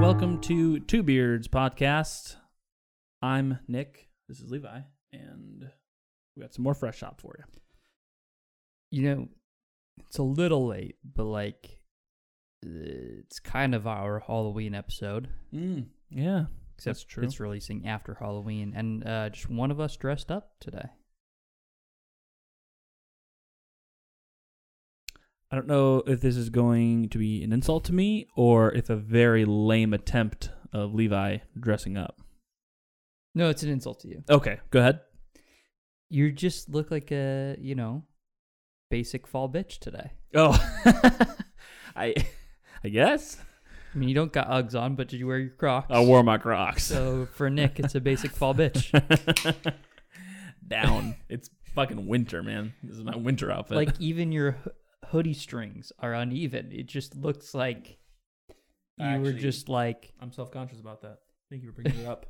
to Two Beards Podcast. I'm Nick. This is Levi, and we got some more fresh shop for you. You know, it's a little late, but like, it's kind of our Halloween episode. Mm, yeah, Except That's true. It's releasing after Halloween, and uh, just one of us dressed up today. I don't know if this is going to be an insult to me or if a very lame attempt of Levi dressing up. No, it's an insult to you. Okay, go ahead. You just look like a you know, basic fall bitch today. Oh, I, I guess I mean, you don't got Uggs on, but did you wear your Crocs? I wore my Crocs. So for Nick, it's a basic fall bitch. Down. It's fucking winter, man. This is my winter outfit. like even your ho- hoodie strings are uneven. It just looks like you were Actually- just like I'm self conscious about that. Thank you for bringing it up.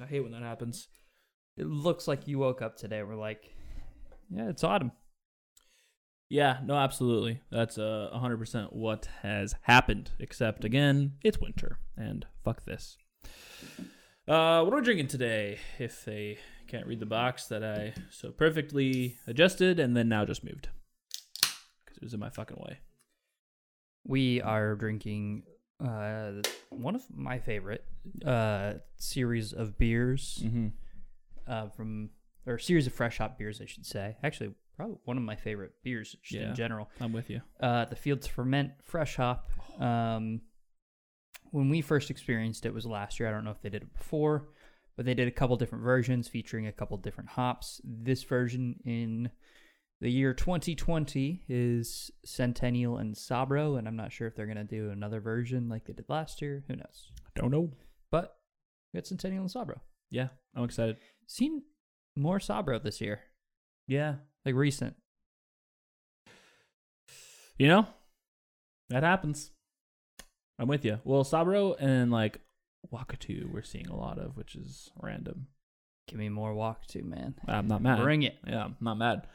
I hate when that happens. it looks like you woke up today. We're like, yeah, it's autumn. Yeah, no, absolutely. That's uh, 100% what has happened. Except, again, it's winter, and fuck this. Uh, what are we drinking today? If they can't read the box that I so perfectly adjusted and then now just moved. Because it was in my fucking way. We are drinking uh, one of my favorite uh, series of beers Mm-hmm. uh, from or series of fresh hop beers, I should say. Actually, probably one of my favorite beers just Yeah. in general. I'm with you. uh, the Fields Ferment Fresh Hop. Um, when we first experienced it was last year. I don't know if they did it before, but they did a couple different versions featuring a couple different hops. This version in the year 2020 is Centennial and Sabro, and I'm not sure if they're going to do another version like they did last year. Who knows? Don't know. But we got Centennial and Sabro. Yeah, I'm excited. Seen more Sabro this year, Yeah. like recent. You know, that happens. I'm with you. Well, Sabro and like Wakatu, we're seeing a lot of, which is random. Give me more walk to, man. I'm not mad. Bring it. Yeah, I'm not mad.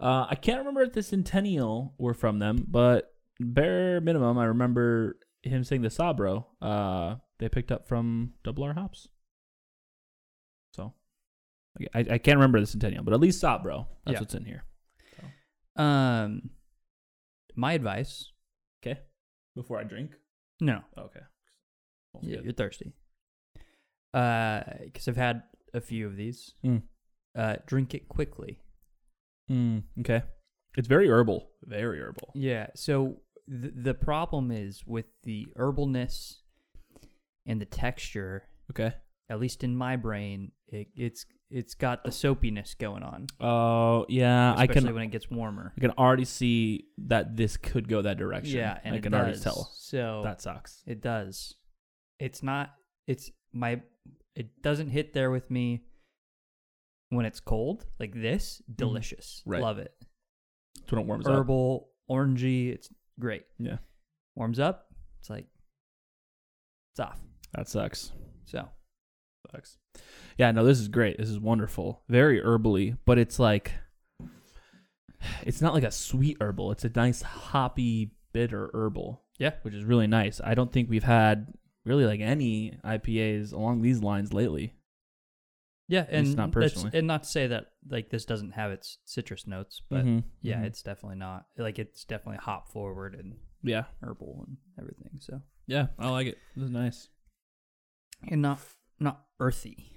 Uh, I can't remember if the Centennial were from them, but bare minimum, I remember him saying the Sabro. Uh, they picked up from Double R Hops. So, I, I can't remember the Centennial, but at least Sabro. That's Yeah. what's in here. Um, my advice. Before I drink. No, Okay. Sounds Yeah, good. you're thirsty. Because I've had a few of these. Mm. Uh, drink it quickly. Mm, okay. It's very herbal. Very herbal. Yeah. So th- the problem is with the herbalness and the texture. Okay. At least in my brain, it, it's it's got the soapiness going on, Oh yeah, I especially can. when it gets warmer. I can already see that this could go that direction. Yeah, and I it can does. already tell. So That sucks. It does. It's not. It's my. It doesn't hit there with me when it's cold like this. Delicious. Mm-hmm. Right. Love it. That's when it warms up. Herbal, orangey. It's great. Yeah. Warms up. It's like it's off. That sucks. So Sucks. Yeah, no, this is great. This is wonderful. Very herbally, but it's like it's not like a sweet herbal. It's a nice hoppy bitter herbal. Yeah. Which is really nice. I don't think we've had really like any IPAs along these lines lately. yeah, least and not that's- personally. and not to say that like this doesn't have its citrus notes, but Mhm. yeah, Mhm. it's definitely not like it's definitely hop forward and yeah. herbal and everything. So Yeah, I like it. This is nice. and not not earthy,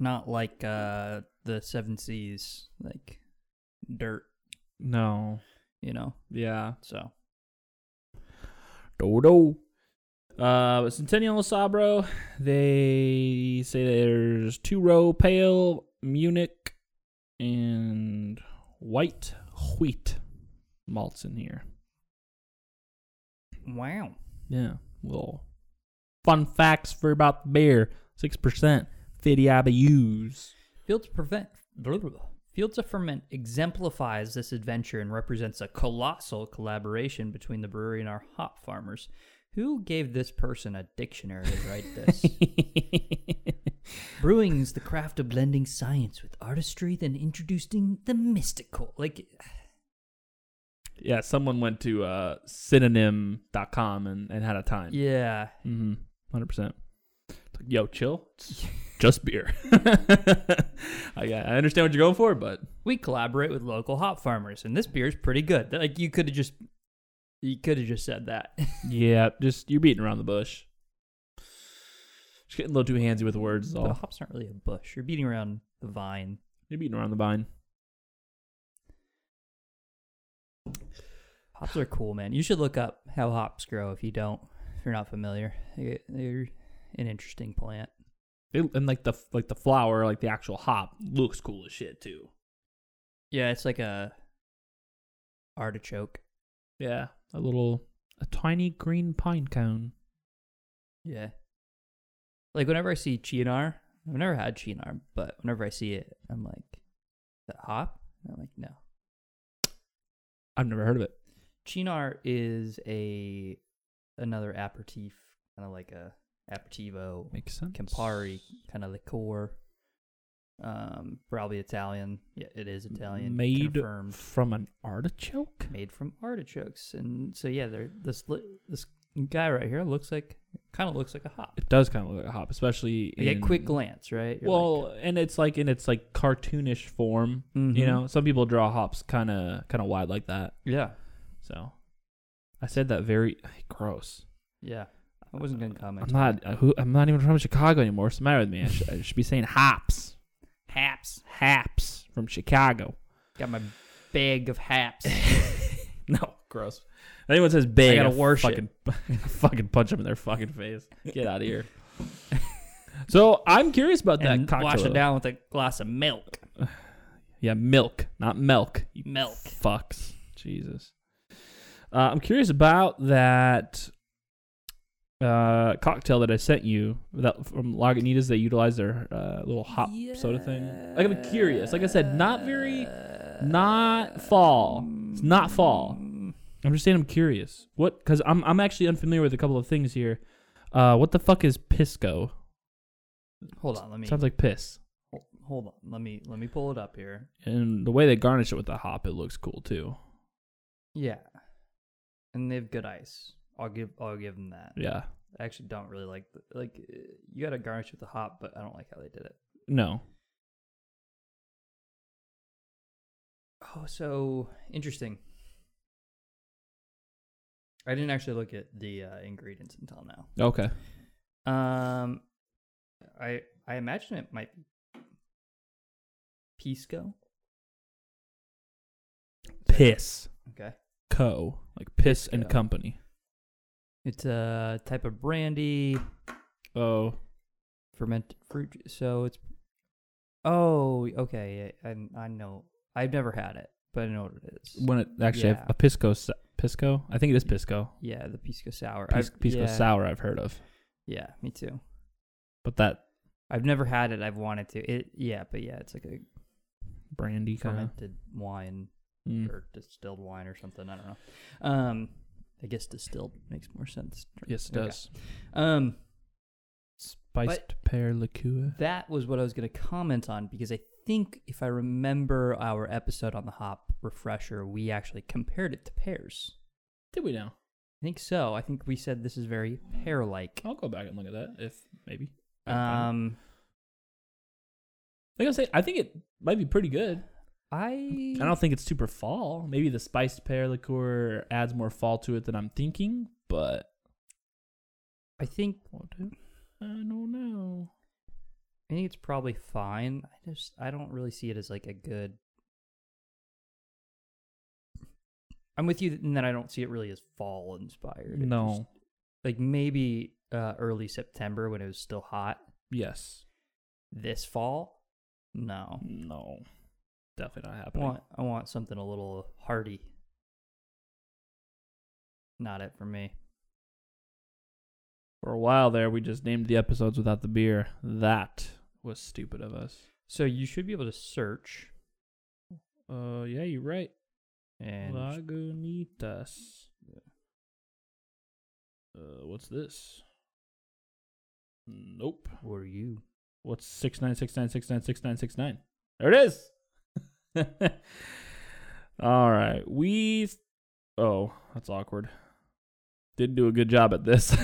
not like uh the Seven Seas, like dirt, No. you know. Yeah. So Dodo. Uh, but Centennial and Sabro, they say there's two row pale, Munich, and white wheat malts in here. wow, Yeah. Little fun facts for about the beer 6%, 50 IBUs. fields prevent. blah, blah, blah. Fields of Ferment exemplifies this adventure and represents a colossal collaboration between the brewery and our hop farmers. Who gave this person a dictionary to write this? Brewing is the craft of blending science with artistry, then introducing the mystical. Like, yeah, someone went to uh, synonym.com and, and had a time. yeah, Mm-hmm. hundred percent. Yo, chill. It's just beer. I, yeah, I understand what you're going for, but We collaborate with local hop farmers, and this beer is pretty good. Like you could have just, you could have just said that. yeah, just you're beating around the bush. Just getting a little too handsy with words. Is The all. hop's not really a bush. You're beating around the vine. You're beating around the vine. Hops are cool, man. You should look up how hops grow if you don't, if you're not familiar. They- They're an interesting plant. They, and like the like the flower, like the actual hop, looks cool as shit too. Yeah, it's like a artichoke. Yeah, a little a tiny green pine cone. Yeah. Like whenever I see chinar, I've never had chinar, but whenever I see it, I'm like, the hop? And I'm like, no. I've never heard of it. Chinar is a another aperitif, kind of like a aperitivo Makes sense. Campari kind of liqueur. Um, probably Italian. Yeah, it is Italian. made confirmed. from an artichoke. made from artichokes, and so yeah, they're this li- this guy right here looks like kind of looks like a hop. It does kind of look like a hop, especially in, Like a quick glance, right? You're Well, like, and it's like in its like cartoonish form. You Mhm. know, some people draw hops kind of kind of wide like that. yeah, So, I said that very gross. yeah. I wasn't gonna comment. I'm not. uh, Who, I'm not even from Chicago anymore. What's the matter with me? I, should I should be saying hops, Haps haps from Chicago. got my bag of haps. No, gross. If anyone says big, I gotta worship. Fucking, fucking punch them in their fucking face. Get out of here. so I'm curious about that and cocktail. wash it down with a glass of milk. Yeah, milk, not milk. You Milk. fucks. Jesus. Uh, I'm curious about that uh, cocktail that I sent you that from Lagunitas. They utilize their uh, little hop soda thing. Like I'm curious. Like I said, not very, not fall. It's not fall. I'm just saying I'm curious. What? Because I'm I'm actually unfamiliar with a couple of things here. Uh, what the fuck is pisco? Hold on, let me Sounds like piss. hold on. Let me let me pull it up here. And the way they garnish it with the hop, it looks cool too. Yeah, and they have good ice. I'll give I'll give them that. Yeah. I actually don't really like the, like uh, you got to garnish with the hop, but I don't like how they did it. No. Oh, so interesting. I didn't actually look at the uh, ingredients until now. Okay. Um, I I imagine it might be pisco. Piss. Okay, Co. Like piss and Co. company. it's a type of brandy, Oh. fermented fruit. ju- So it's oh okay. I I know I've never had it, but I know what it is. When it actually Yeah. a pisco sa- pisco. I think it is pisco. Yeah, the pisco sour. Pis- I've- pisco yeah, sour. I've heard of, Yeah, me too. but that I've never had it. I've wanted to. It yeah, but yeah, it's like a Uh-huh. brandy kind of. fermented wine Mm. or distilled wine or something. I don't know. Um, I guess distilled makes more sense. Yes, it Okay. does. Um, Spiced pear liqueur. that was what I was going to comment on because I think if I remember our episode on the hop refresher, we actually compared it to pears. Did we now? I think so. I think we said this is very pear-like. I'll go back and look at that if maybe. Um, like I say, I think it might be pretty good. I I don't think it's super fall. Maybe the spiced pear liqueur adds more fall to it than I'm thinking, but I think I don't know. I think it's probably fine. I just I don't really see it as like a good. I'm with you in that I don't see it really as fall inspired. It just- No. like maybe uh, early September when it was still hot. Yes. This fall, no. No. Definitely not I happening. want I want something a little hearty. Not it for me. For a while there, we just named the episodes without the beer. That was stupid of us. So you should be able to search Uh, yeah, you're right. and Lagunitas. Uh, what's this? Nope. were you? What's six nine six nine six nine six nine six nine? There it is. All right, we. Oh, that's awkward. Didn't do a good job at this.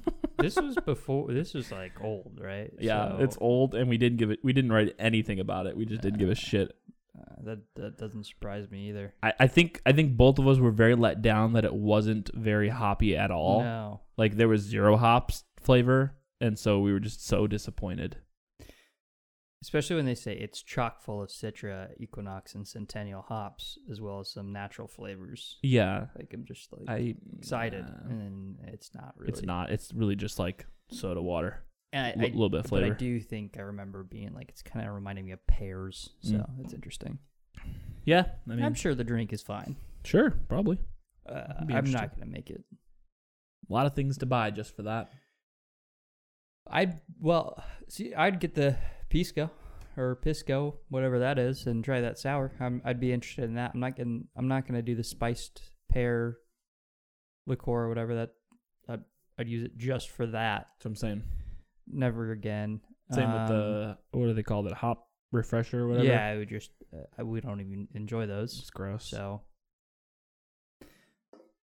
this was before. This was like old, right? Yeah, So, it's old, and we didn't give it. We didn't write anything about it. We just didn't give a shit. uh, that that doesn't surprise me either. I, I think I think both of us were very let down that it wasn't very hoppy at all. No. Like there was zero hops flavor, and so we were just so disappointed. Especially when they say it's chock full of Citra, Equinox, and Centennial hops, as well as some natural flavors. Yeah, Like I'm just like I excited, uh, and it's not really. It's not. It's really just like soda water. And I- li- I- little bit of But I flavor. do think I remember being like it's kind of reminding me of pears, so Mm. it's interesting. Yeah, I I mean, am sure the drink is fine. sure, probably Uh, be I'm interesting. not gonna make it. a lot of things to buy just for that. I'd well see. I'd get the pisco or pisco, whatever that is, and try that sour. I'm, I'd be interested in that. I'm not gonna. I'm not gonna do the spiced pear liqueur or whatever that. I'd, I'd use it just for that. That's what I'm saying. Never again. Same Um, with the what do they call that hop refresher or whatever. Yeah, I would just. Uh, I- we don't even enjoy those, it's gross. so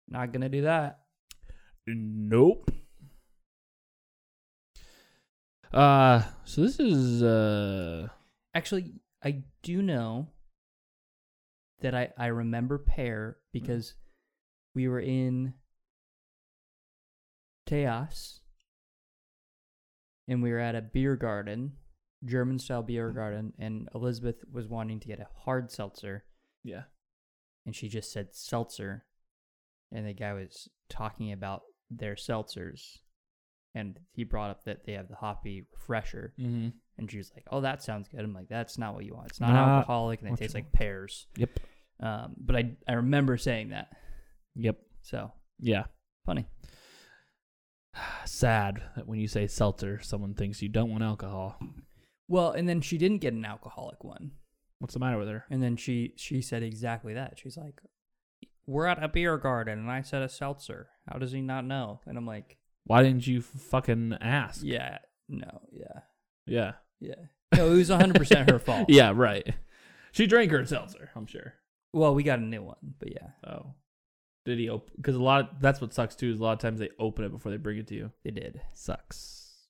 not gonna do that. Nope. Uh so this is uh Actually, I do know that I, I remember Pear because we were in Teos and we were at a beer garden, German style beer garden, and Elizabeth was wanting to get a hard seltzer yeah. and she just said seltzer and the guy was talking about their seltzers and he brought up that they have the hoppy refresher Mm-hmm. and she was like, "Oh, that sounds good." I'm like, "That's not what you want. It's not, Not alcoholic, and what it you tastes like want." pears." Yep. Um, but I I remember saying that. Yep. So Yeah. funny. Sad that when you say seltzer, someone thinks you don't want alcohol. Well, and then she didn't get an alcoholic one, What's the matter with her? and then she she said exactly that. She's like, "We're at a beer garden, and I said a seltzer. How does he not know?" And I'm like, Why didn't you fucking ask? "Yeah, no, yeah, Yeah. yeah." No, it was 100 percent her fault. Yeah, right. She drank her seltzer, I'm sure. Well, we got a new one, but yeah, Oh. Did he open because a lot that's what sucks too, is a lot of times they open it before they bring it to you. they did. Sucks.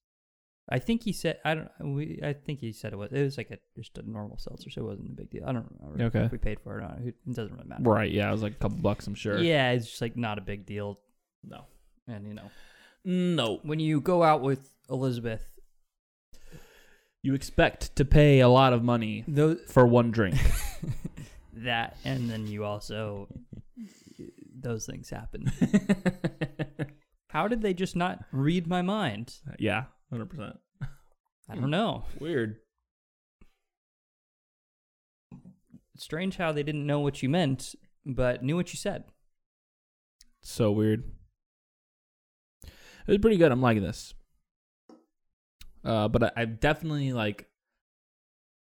I think he said I don't. We I think he said it was it was like a just a normal seltzer, so it wasn't a big deal. I don't remember Okay. if we paid for it or not. It doesn't really matter. Right, yeah, it was like a couple bucks, I'm sure. Yeah, it's just like not a big deal. No. And you know, No. when you go out with Elizabeth, You expect to pay a lot of money those for one drink. that, and then you also those things happen. How did they just not read my mind? yeah, hundred percent. I don't know. Weird. It's strange how they didn't know what you meant, but knew what you said. So weird. It was pretty good. I'm liking this. Uh, but I, I definitely like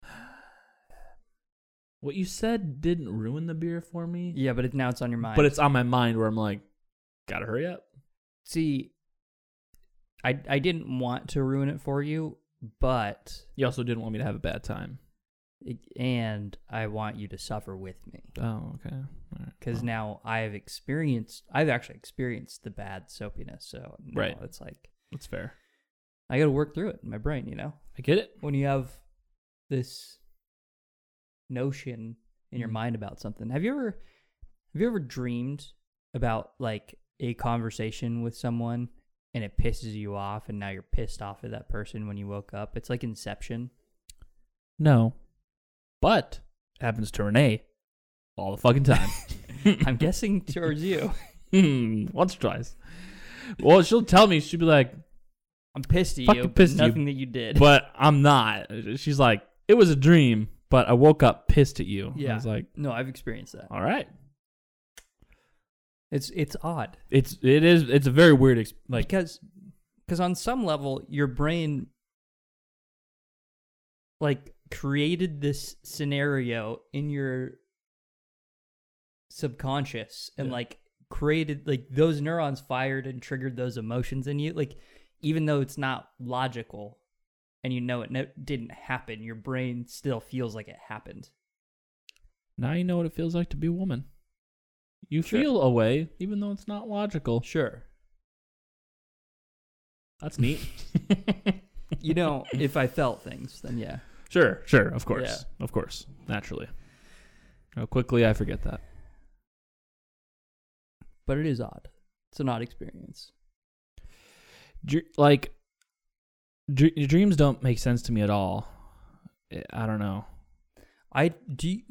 what you said didn't ruin the beer for me. Yeah, but it, now it's on your mind. But it's on my mind where I'm like, gotta hurry up. see I I didn't want to ruin it for you, but You also didn't want me to have a bad time. and I want you to suffer with me Oh, okay. All right. cuz now I've experienced I've actually experienced the bad soapiness, so now Right. it's like that's fair. I got to work through it in my brain, you know. I get it. When you have this notion in your Mhm. mind about something. Have you ever have you ever dreamed about like a conversation with someone and it pisses you off and now you're pissed off at that person when you woke up? It's like inception. No. But it happens to Renee all the fucking time. I'm guessing towards you. Hmm, once or twice. Well, she'll tell me, she'll be like, I'm pissed at Fucking you. but pissed at you. nothing that you did. but I'm not. She's like, it was a dream, but I woke up pissed at you. I Yeah. was like, no, I've experienced that. all right. It's it's odd It's it is it's a very weird ex- like because because on some level your brain like created this scenario in your subconscious and Yeah. like created like those neurons fired and triggered those emotions in you like even though it's not logical and you know it no- didn't happen your brain still feels like it happened now you know what it feels like to be a woman. You Sure. feel a way, even though it's not logical. sure That's neat. You know, if I felt things, then yeah. Sure, sure, of course. Of course. Naturally. How quickly I forget that. But it is odd. It's an odd experience. Dr- like dr- your dreams don't make sense to me at all. I- I don't know. I do. You,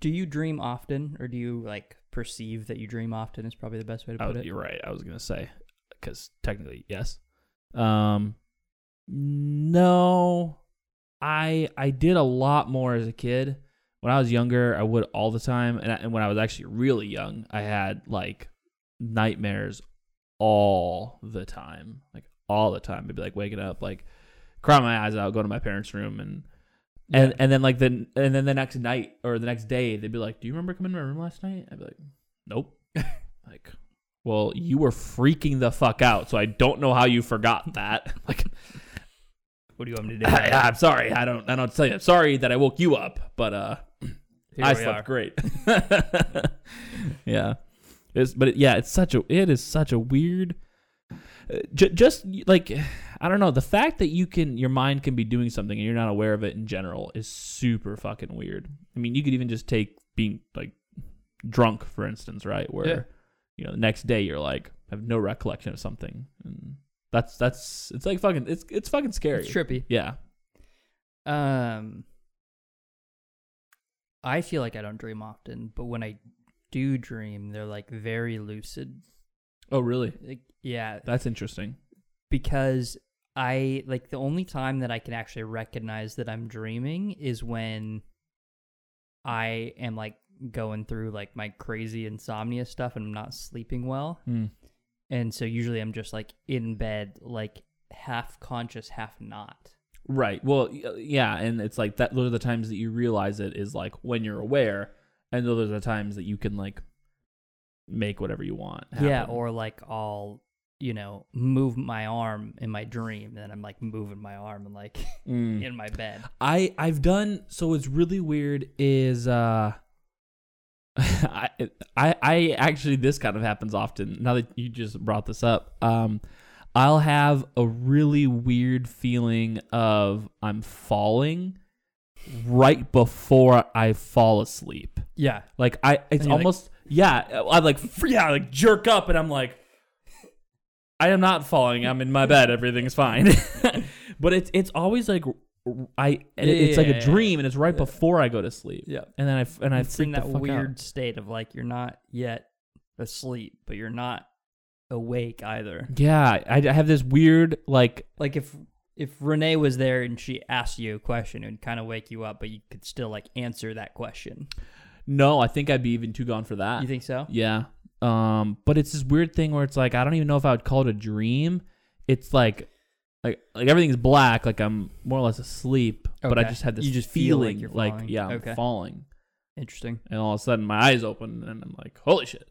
do you dream often, or do you like perceive that you dream often? Is probably the best way to I put was- it. Oh, You're right. I was gonna say because technically, yes. Um, no, I I did a lot more as a kid. When I was younger, I would all the time, and I, and when I was actually really young, I had like nightmares all the time, like all the time. Maybe like waking up, like crying my eyes out, going to my parents' room, and and and then like then and then the next night or the next day, they'd be like, "Do you remember coming to my room last night?" I'd be like, "Nope." like, well, you were freaking the fuck out, so I don't know how you forgot that. like, What do you want me to do? I, I'm sorry, I don't, I don't tell you. I'm sorry that I woke you up, but uh, Here I we slept are. great. yeah, it's, but it, yeah, it's such a it is such a weird. uh, ju- just like I don't know, the fact that you can your mind can be doing something and you're not aware of it in general is super fucking weird. I mean, you could even just take being like drunk for instance, right? Where Yeah. you know the next day you're like have no recollection of something, and that's that's it's like fucking it's it's fucking scary. It's trippy. Yeah, Um, I feel like I don't dream often, but when I do dream, they're like very lucid. Oh, really? Like, yeah, That's interesting. because I like the only time that I can actually recognize that I'm dreaming is when I am like going through like my crazy insomnia stuff and I'm not sleeping well. Hmm. And so usually I'm just like in bed, like half conscious, half not. Right. Well, y- uh, yeah, and it's like that. Those are the times that you realize it is like when you're aware, and those are the times that you can like make whatever you want. Yeah, happen. or like I'll, you know, move my arm in my dream and then I'm like moving my arm and like Mm. in my bed. I I've done so what's really weird is uh I I I actually this kind of happens often now that you just brought this up. Um I'll have a really weird feeling of I'm falling right before I fall asleep. Yeah. Like I, it's you're like- almost yeah. I like f- yeah, like jerk up, and I'm like, I am not falling. I'm in my bed. Everything's fine. but it's it's always like I. and Yeah, it's like yeah, a yeah, dream, and it's right before I go to sleep. Yeah. And then I f- and I it's in freak that the fuck weird out. state of like you're not yet asleep, but you're not awake either. Yeah, I, I have this weird like Like if if Renee was there and she asked you a question, it would kind of wake you up, but you could still like answer that question. no. I think I'd be even too gone for that. You think so? Yeah. Um, but it's this weird thing where it's like I don't even know if I would call it a dream. It's like like like everything's black, like I'm more or less asleep, but I Okay. just had this You just feel like feeling you're falling. yeah, I'm Okay. falling. Interesting. And all of a sudden my eyes open and I'm like, "Holy shit.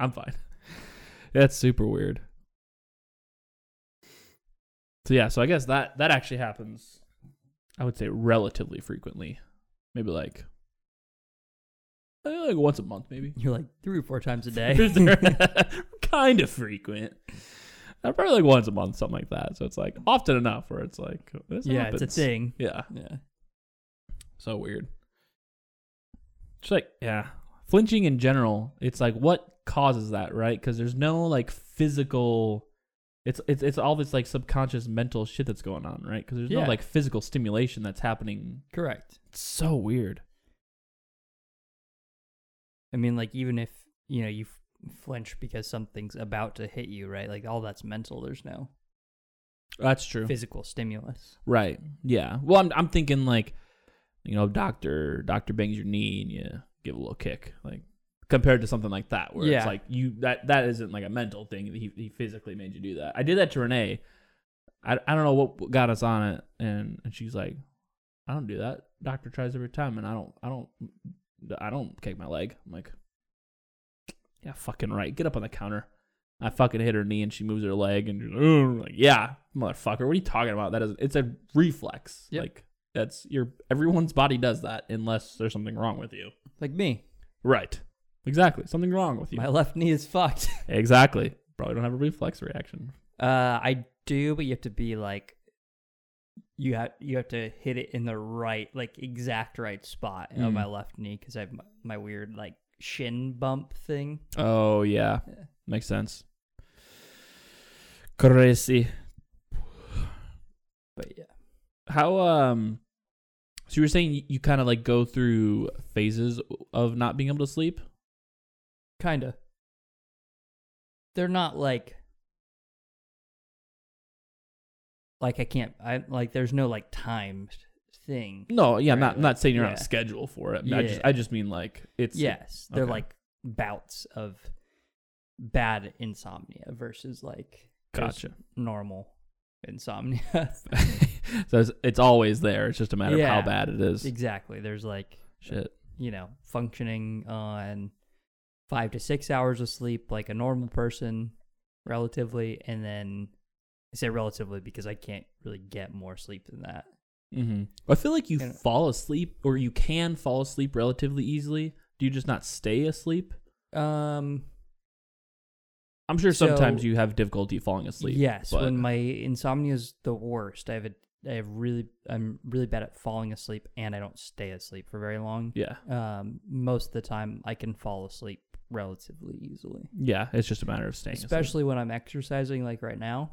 I'm fine." That's super weird. So yeah, so I guess that that actually happens I would say relatively frequently. Maybe like eh, like once a month maybe. You're like three or four times a Is day. there- kind of frequent. Uh, Probably like once a month, something like that. So it's like often enough where it's like this yeah, happens. it's a thing. Yeah, Yeah. so weird. It's like yeah, flinching in general. It's like what causes that, right? Because there's no like physical. It's it's it's all this like subconscious mental shit that's going on, right? Because there's Yeah. no like physical stimulation that's happening. Correct. It's so weird. I mean, like even if you know you f- flinch because something's about to hit you, right? Like all that's mental. There's no That's true. physical stimulus. Right. Yeah. Well, I'm I'm thinking like, you know, doctor doctor bangs your knee and you give a little kick, like compared to something like that, where Yeah. it's like you that that isn't like a mental thing. He he physically made you do that. I did that to Renee. I I don't know what what got us on it, and and she's like, I don't do that. Doctor tries every time, and I don't I don't I don't kick my leg. I'm like, yeah, fucking right. Get up on the counter. I fucking hit her knee and she moves her leg and you're like, like, yeah, motherfucker, what are you talking about? That is, it's a reflex. Yep. Like that's your everyone's body does that unless there's something wrong with you. Like me, Right. Exactly. Something wrong with you. my left knee is fucked. exactly. Probably don't have a reflex reaction. Uh, I do, but you have to be like you have you have to hit it in the right, like exact right spot Mm. on my left knee because I have my, my weird like shin bump thing. Oh yeah, Yeah. makes sense. Crazy. But yeah, How um, so you were saying you- you kind of like go through phases of not being able to sleep. kind of. They're not like like I can't I like there's no like timed thing. No, yeah, I'm Right, not I'm not saying you're on yeah. a schedule for it. I just Yeah. I just mean like it's Yes, they're okay. like bouts of bad insomnia versus like just Gotcha. normal insomnia. so it's, it's always there. It's just a matter Yeah. of how bad it is. exactly. There's like Shit. you know functioning on five to six hours of sleep like a normal person, relatively, and then I say relatively because I can't really get more sleep than that. hmm I feel like you mm-hmm. And- fall asleep or you can fall asleep relatively easily. Do you just not stay asleep? Um. I'm sure So- sometimes you have difficulty falling asleep. Yes, but when my insomnia is the worst, I have a I have really I'm really bad at falling asleep and I don't stay asleep for very long. yeah, Um, most of the time I can fall asleep relatively easily. yeah, it's just a matter of staying. Especially when I'm exercising like right now.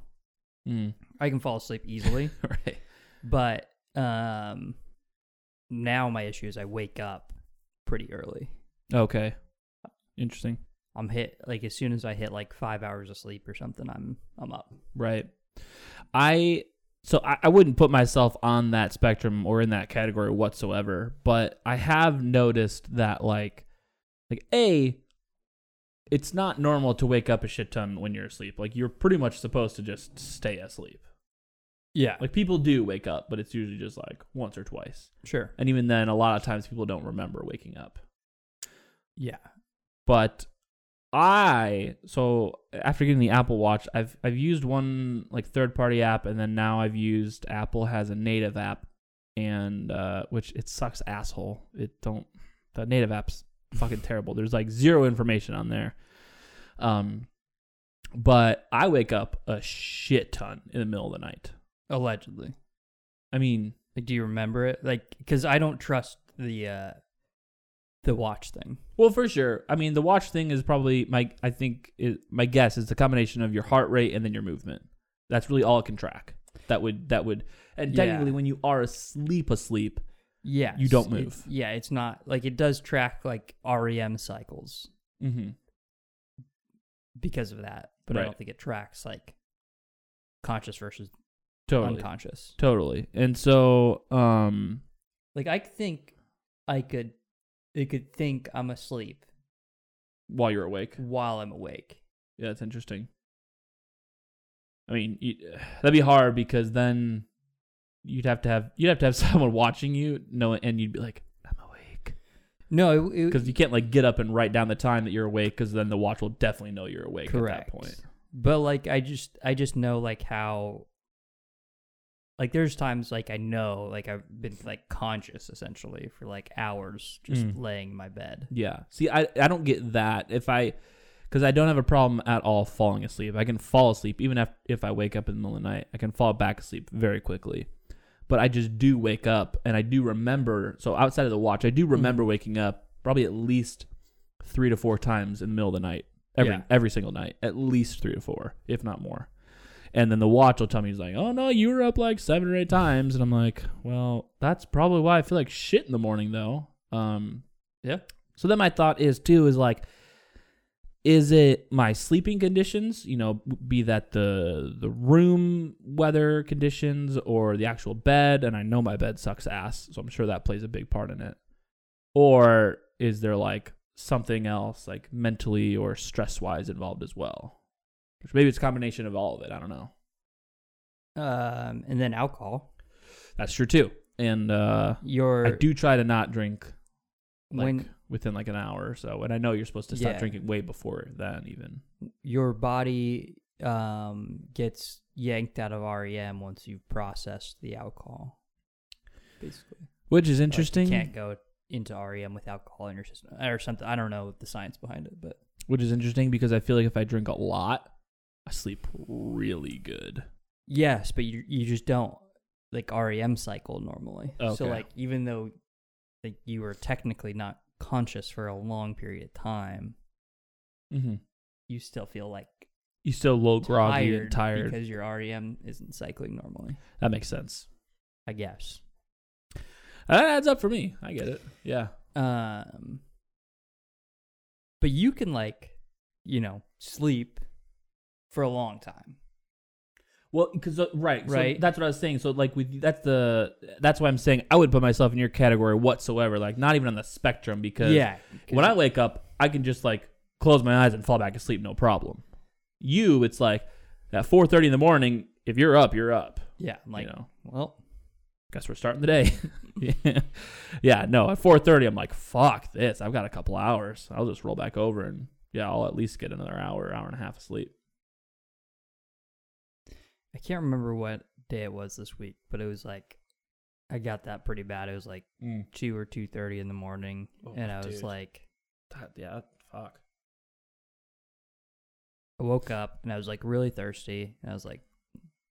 asleep. I can fall asleep easily, Mm, right. but um now my issue is I wake up pretty early. Okay. Interesting. I'm hit like as soon as I hit like 5 hours of sleep or something, I'm I'm up. Right. I so I, I wouldn't put myself on that spectrum or in that category whatsoever, but I have noticed that like like A it's not normal to wake up a shit ton when you're asleep. Like you're pretty much supposed to just stay asleep. Yeah. Like people do wake up, but it's usually just like once or twice. Sure. And even then a lot of times people don't remember waking up. Yeah. but I so after getting the Apple Watch, I've I've used one like third party app, and then now I've used Apple has a native app, and uh, which it sucks asshole. It don't the native apps fucking terrible. There's like zero information on there. Um, but I wake up a shit ton in the middle of the night. Allegedly. I mean, Like, do you remember it? Like, because I don't trust the uh the watch thing. Well, for sure. I mean, the watch thing is probably my. I think is, my guess is the combination of your heart rate and then your movement. That's really all it can track. That would that would and Yeah. technically, when you are asleep, asleep, Yeah, You don't it- move. yeah, it's not like it does track like REM cycles mm-hmm. because of that, but I Right. don't think it tracks like conscious versus totally, unconscious. totally. And so, um, Like, I think I could, it could think I'm asleep while you're awake, while I'm awake. yeah, that's interesting. I mean, you, that'd be hard because then you'd have to have you'd have to have someone watching you, know, and you'd be like, I'm awake. No, it, it, because you can't like get up and write down the time that you're awake because then the watch will definitely know you're awake correct at that point but like i just i just know like how like there's times like i know like i've been like conscious essentially for like hours just Mm. laying in my bed yeah see i, I don't get that if i because i don't have a problem at all falling asleep i can fall asleep even if, if i wake up in the middle of the night i can fall back asleep very quickly but i just do wake up and i do remember so outside of the watch i do Mm-hmm. remember waking up probably at least three to four times in the middle of the night every Yeah. every single night at least three to four if not more And then the watch will tell me, he's like, oh no, you were up like seven or eight times. And I'm like, well, that's probably why I feel like shit in the morning though. Um, Yeah. So then my thought is too, is like, is it my sleeping conditions, you know, be that the the room weather conditions or the actual bed, and I know my bed sucks ass, so I'm sure that plays a big part in it. Or is there like something else like mentally or stress-wise involved as well? Which maybe it's a combination of all of it, I don't know. um and then alcohol That's true too. And uh, your I do try to not drink like when within like an hour or so. And I know you're supposed to stop Yeah. drinking way before then, even. your body um gets yanked out of rem once you've processed the alcohol basically Which is Like, interesting. you can't go into rem with alcohol in your system or something i don't know the science behind it but which is interesting because I feel like if I drink a lot, I sleep really good. Yes, but you you just don't like REM cycle normally. Okay. So like even though like you were technically not conscious for a long period of time, Mm-hmm. you still feel like You still low groggy tired, and tired. because your REM isn't cycling normally. that makes sense. I guess. That adds up for me. I get it. Yeah. Um, but you can like you know sleep for a long time. Well, because right, so Right. that's what I was saying. So like with that's the that's why I'm saying I would put myself in your category whatsoever. Like not even on the spectrum because Yeah. 'cause when I wake up, I can just like close my eyes and fall back asleep, no problem. You, it's like at 4:30 in the morning. If you're up, you're up. yeah, I'm like you know, well guess we're starting the day. yeah. yeah, no. At 4:30, I'm like, fuck this. I've got a couple hours. I'll just roll back over and yeah, I'll at least get another hour, hour and a half of sleep. I can't remember what day it was this week, but it was like I got that pretty bad. It was like two or two thirty in the morning, Mm. Oh, and I was dude. like, That- yeah, fuck. I woke up and I was like really thirsty, and I was like,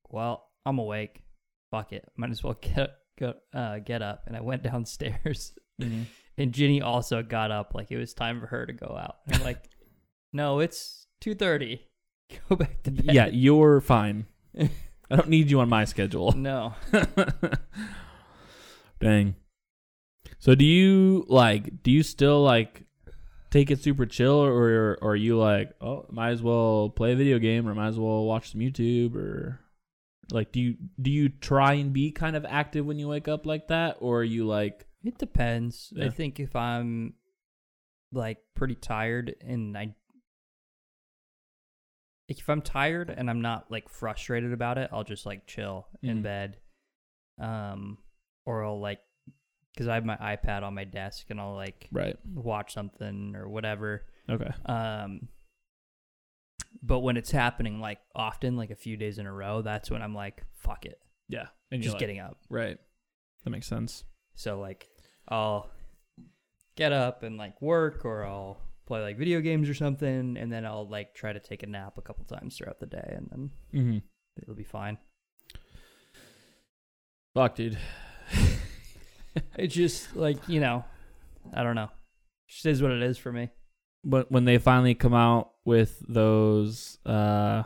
well, I'm awake. Fuck it, might as well get go, uh, get up. And I went downstairs, and Ginny also got up. Like it was time for her to go out. And I'm like, no, it's two thirty. Go back to bed. Yeah, you're fine. I don't need you on my schedule. No. Dang. So do you like do you still like take it super chill or or are you like, oh, might as well play a video game or might as well watch some YouTube or like do you do you try and be kind of active when you wake up like that or are you like It depends. I Yeah. think if I'm like pretty tired and I if I'm tired and I'm not like frustrated about it, I'll just like chill in Mhm. bed. Um or I'll like cuz I have my iPad on my desk and I'll like right. watch something or whatever. Okay. Um but when it's happening like often like a few days in a row, that's when I'm like fuck it. Yeah. And just you're like- getting up. Right. That makes sense. So like I'll get up and like work or I'll play like video games or something and then I'll like try to take a nap a couple times throughout the day and then Mhm. it'll be fine. Fuck, dude. It's just like, you know, I don't know. Just is what it is for me. But when they finally come out with those, uh,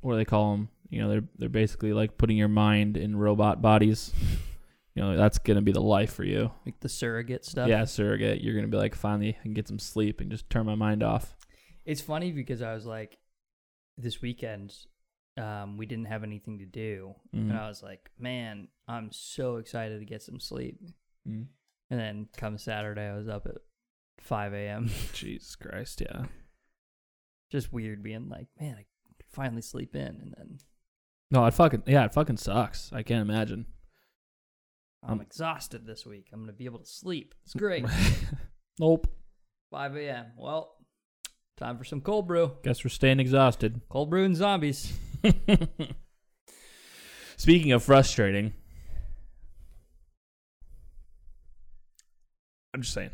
what do they call them? You know, they're they're basically like putting your mind in robot bodies. You know, that's gonna be the life for you. Like the surrogate stuff. Yeah, surrogate. You're gonna be like, finally, I can get some sleep and just turn my mind off. It's funny because I was like this weekend um we didn't have anything to do Mhm. and I was like, man, I'm so excited to get some sleep. Mm. And then come Saturday I was up at 5 a.m. Jesus Christ, yeah. just weird being like, man, I could finally sleep in, and then No, it fucking yeah, it fucking sucks. I can't imagine. I'm Um, exhausted this week. I'm gonna be able to sleep. It's great. nope. 5 a.m. Well, time for some cold brew. Guess we're staying exhausted. Cold brew and zombies. Speaking of frustrating, I'm just saying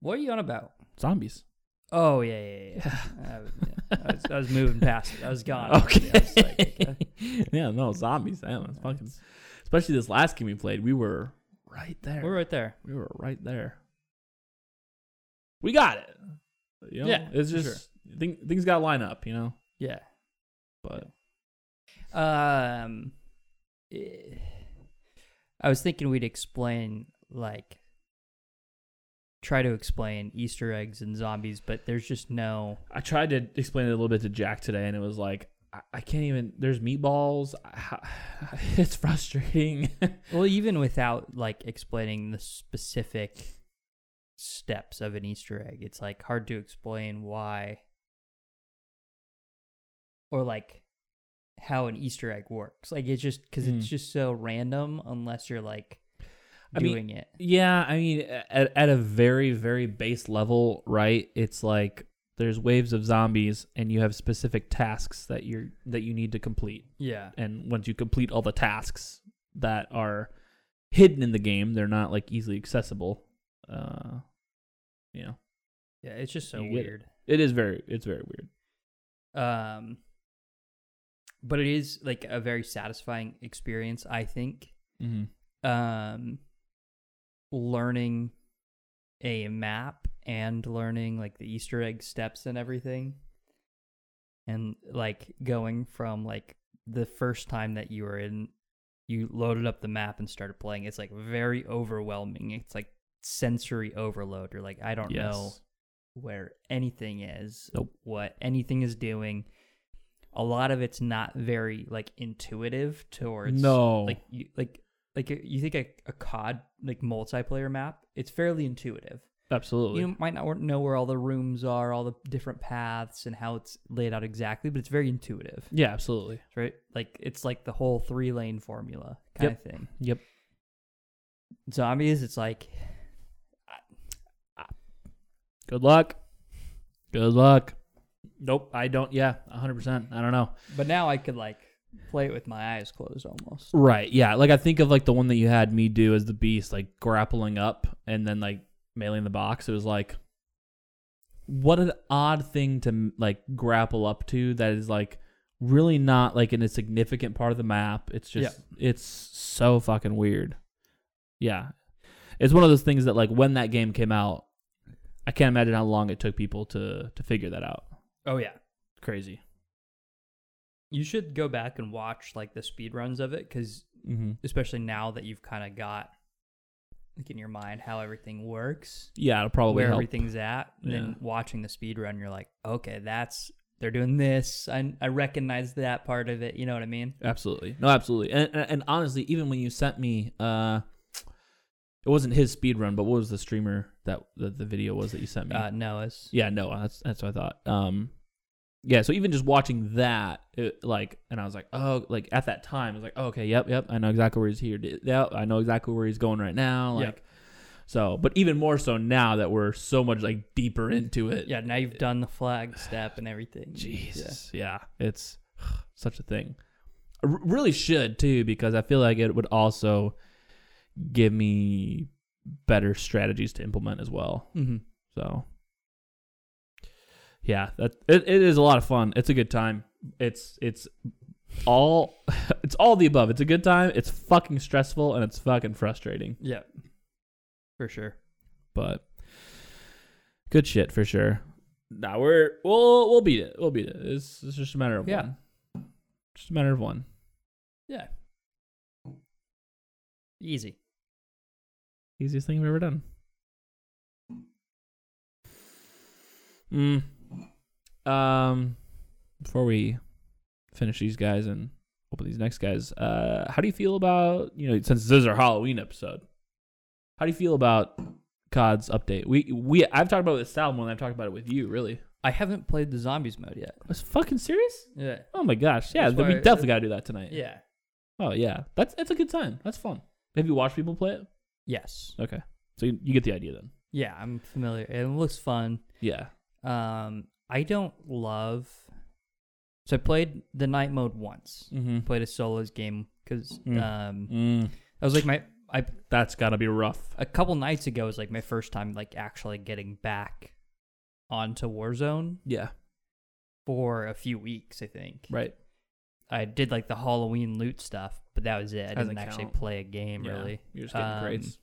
What are you on about? zombies. Oh yeah, yeah, yeah. I, was, yeah. I, was, I was moving past it. I was gone. Okay. I was like, okay. yeah, no zombies. Damn, it's fucking. Especially this last game we played, we were right there. We're right there. we were right there. We got it. You know, Yeah, it's for just thing, things got to line up, you know. Yeah. But Um, eh, I was thinking we'd explain like try to explain Easter eggs and zombies, but there's just no. I tried to explain it a little bit to Jack today, and it was like I, I can't even. There's meatballs. I, it's frustrating. Well, even without like explaining the specific steps of an Easter egg, it's like hard to explain why or like how an Easter egg works. Like it's just because it's Mm. just so random unless you're like I mean, doing it. yeah, I mean, at at a very very base level, right? It's like there's waves of zombies, and you have specific tasks that you're that you need to complete. Yeah. And once you complete all the tasks that are hidden in the game, they're not like easily accessible. Uh, you know, Yeah. It's just so You get it. weird. it is very it's very weird. Um, but it is like a very satisfying experience, I think. Mm-hmm. Um, learning a map and learning like the Easter egg steps and everything, and like going from like the first time that you were in, you loaded up the map and started playing. It's like very overwhelming. It's like sensory overload. You're like, I don't know where anything is, Nope. what anything is doing. A lot of it's not very like intuitive towards No. like you like like uh, you think a, a COD like multiplayer map, it's fairly intuitive. Absolutely. You might not know where all the rooms are, all the different paths, and how it's laid out exactly, but it's very intuitive, yeah, absolutely. right? Like it's like the whole three lane formula kind of thing. Yep. Zombies, it's like Good luck. Good luck. Nope, I don't. Yeah, 100%. I don't know. But now I could like play it with my eyes closed almost. Right. Yeah. Like I think of like the one that you had me do as the beast, like grappling up and then like mailing the box. It was like, what an odd thing to like grapple up to that is like really not like in a significant part of the map. It's just, it's so fucking weird. Yeah. It's one of those things that like when that game came out, I can't imagine how long it took people to to figure that out. Oh yeah. Crazy. You should go back and watch like the speed runs of it cuz Mm-hmm. especially now that you've kind of got like in your mind how everything works, Yeah, it'll probably where help. everything's at, and Yeah. then watching the speed run you're like, "Okay, that's they're doing this. I I recognize that part of it." You know what I mean? Absolutely. No, absolutely. And, and, and honestly, even when you sent me, uh, it wasn't his speed run, but what was the streamer that, that the video was that Mm-hmm. you sent me? Uh Noah's. yeah, no, that's that's what I thought. Um, yeah. So even just watching that, it, like, and I was like, oh, like at that time, I was like, oh, okay, yep, yep, I know exactly where he's here. Yep, I know exactly where he's going right now. Like, Yep. so, but even more so now that we're so much like deeper into it. Yeah, now you've done the flag step and everything. Jesus. Yeah. It's such a thing. I r- really should too, because I feel like it would also give me better strategies to implement as well. Yeah. Mhm. So, yeah, that it, it is a lot of fun. It's a good time. It's it's all it's all the above. It's a good time. It's fucking stressful and it's fucking frustrating, Yeah. For sure. but good shit for sure. Now we're we'll we'll beat it. We'll beat it. It's, it's just a matter of Yeah. one. Just a matter of one. Yeah. Easy. Easiest thing I've ever done. Mm. Um, before we finish these guys and open these next guys, uh, how do you feel about you know since this is our Halloween episode? How do you feel about COD's update? We we I've talked about it with Sal more than I've talked about it with you. Really, I haven't played the zombies mode yet. I was fucking serious. Yeah. Oh my gosh, yeah, That's then we why- definitely got to do that tonight. Yeah. Oh yeah, that's that's a good time. That's fun. Have you watched people play it? Yes. Okay, so you, you get the idea then. Yeah, I'm familiar. It looks fun. Yeah. Um, I don't love. So I played the night mode once. Mm-hmm. Played a solos game because Mm. um, Mm. I was like my I That's gotta be rough. a couple nights ago was like my first time like actually getting back onto Warzone Yeah. for a few weeks. I think Right. I did like the Halloween loot stuff, but that was it. I Doesn't didn't actually count. play a game really. You're just getting Um, grades.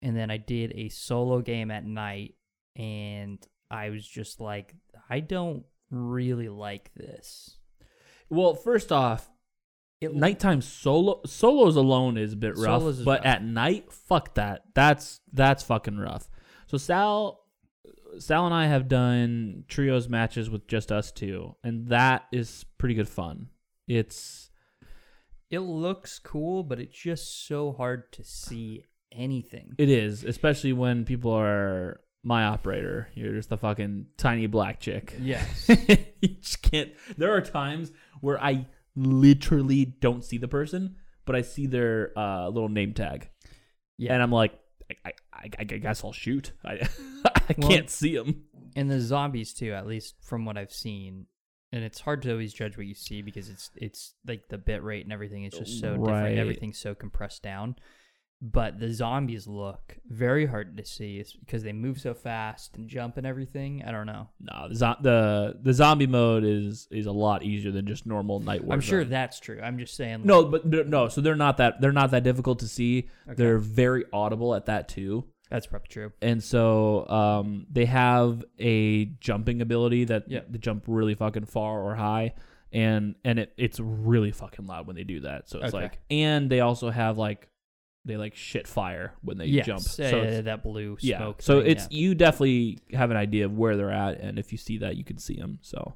and then I did a solo game at night, and I was just like, I don't really like this. Well, first off, It nighttime solo solos alone is a bit rough, Solos is but rough. at night, fuck that. That's that's fucking rough. So Sal, Sal and I have done trios matches with just us two, and that is pretty good fun. It's it looks cool, but it's just so hard to see anything. it is, especially when people are my operator. You're just the fucking tiny black chick. yes. you just can't. There are times where I literally don't see the person, but I see their uh, little name tag. Yeah. And I'm like, I, I, I, I guess I'll shoot. I, I Well- can't see him. and the zombies too, at least from what I've seen. And it's hard to always judge what you see because it's it's like the bit rate and everything is just so Right. different. Everything's so compressed down. but the zombies look very hard to see. It's because they move so fast and jump and everything. I don't know. No, the zo- the the zombie mode is is a lot easier than just normal night. Warzone. I'm sure that's true. I'm just saying. like, No, but they're- no. So they're not that they're not that difficult to see. Okay. They're very audible at that too. that's probably true. and so um, they have a jumping ability that Yeah. they jump really fucking far or high, and and it, it's really fucking loud when they do that. So it's Okay. like, and they also have like they like shit fire when they Yes, jump. So yeah, yeah, it's, that blue yeah. smoke. so thing, it's you definitely have an idea of where they're at, and if you see that, you can see them. So,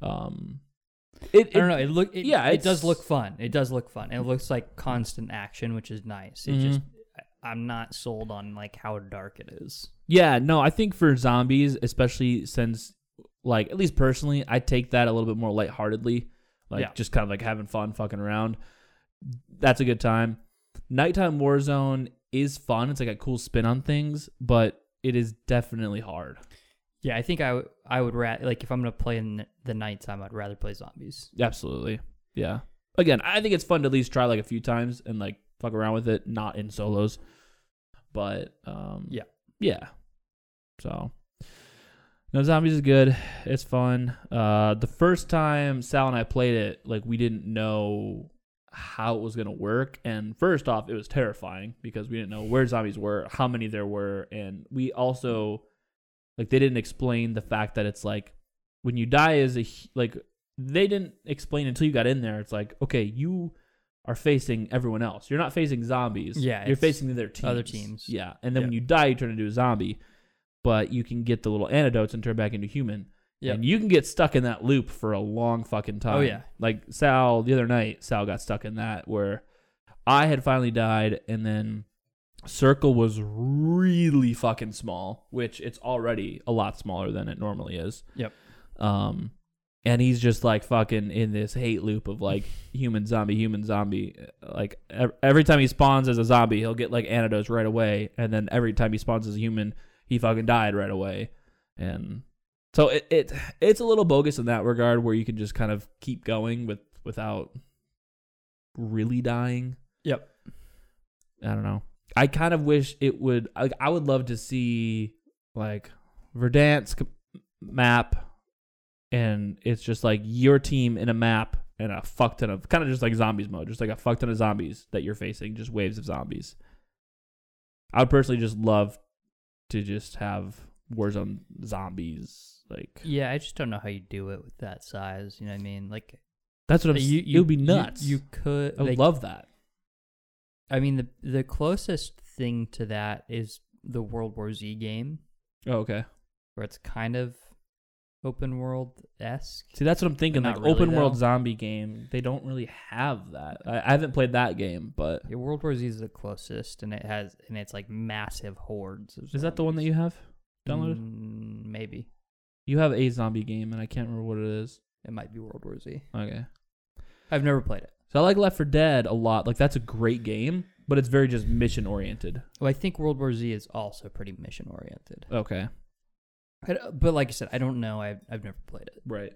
um, it, I don't know. It look it, yeah, yeah, it does it's- look fun. It does look fun. It looks like constant action, which is nice. Mm-hmm. It just I- I'm not sold on like how dark it is. Yeah, no, I think for zombies, especially since, like, at least personally, I take that a little bit more lightheartedly, like Yeah. just kind of like having fun, fucking around. That's a good time. Nighttime Warzone is fun. It's like a cool spin on things, but it is definitely hard. Yeah, I think I w- I would ra- like if I'm gonna play in the nighttime, I'd rather play zombies. Absolutely. Yeah. Again, I think it's fun to at least try like a few times and like fuck around with it, not in solos. But um Yeah. Yeah. So No Zombies is good. It's fun. Uh the first time Sal and I played it, like we didn't know how it was gonna work. And first off, it was terrifying because we didn't know where zombies were, how many there were, and we also like they didn't explain the fact that it's like when you die is a hu- like they didn't explain until you got in there. It's like, okay, you are facing everyone else. You're not facing zombies. Yeah, you're it's facing their teams. other teams. Yeah, and then Yeah. when you die, you turn into a zombie, but you can get the little antidotes and turn back into human. Yeah. and you can get stuck in that loop for a long fucking time. Oh, yeah. like Sal the other night. Sal got stuck in that where I had finally died, and then circle was really fucking small, which it's already a lot smaller than it normally is. Yep. Um, and he's just like fucking in this hate loop of like human zombie, human zombie. Like ev- every time he spawns as a zombie, he'll get like antidotes right away, and then every time he spawns as a human, he fucking died right away. And so it, it it's a little bogus in that regard, where you can just kind of keep going with without really dying. Yep. I don't know. I kind of wish it would. I, I would love to see like Verdant's c- map, and it's just like your team in a map and a fuck ton of kind of just like zombies mode, just like a fuck ton of zombies that you're facing, just waves of zombies. I would personally just love to just have Warzone zombies. Like Yeah, I just don't know how you do it with that size. You know what I mean? Like that's what I'm. you, it would be nuts. You, you could. I would like, love that. I mean, the the closest thing to that is the World War Z game, Oh, okay. where it's kind of open world esque. See, that's what I'm thinking. not Like really, open world though. zombie game, they don't really have that. I, I haven't played that game, but Yeah, World War Z is the closest, and it has and it's like massive hordes. Of is that the one that you have downloaded? Mm, maybe You have a zombie game, and I can't remember what it is. it might be World War Z. Okay, I've never played it. so I like Left for Dead a lot. Like that's a great game, but it's very just mission oriented. Well, I think World War Z is also pretty mission oriented. Okay, But like I said, I don't know. I've I've never played it. right.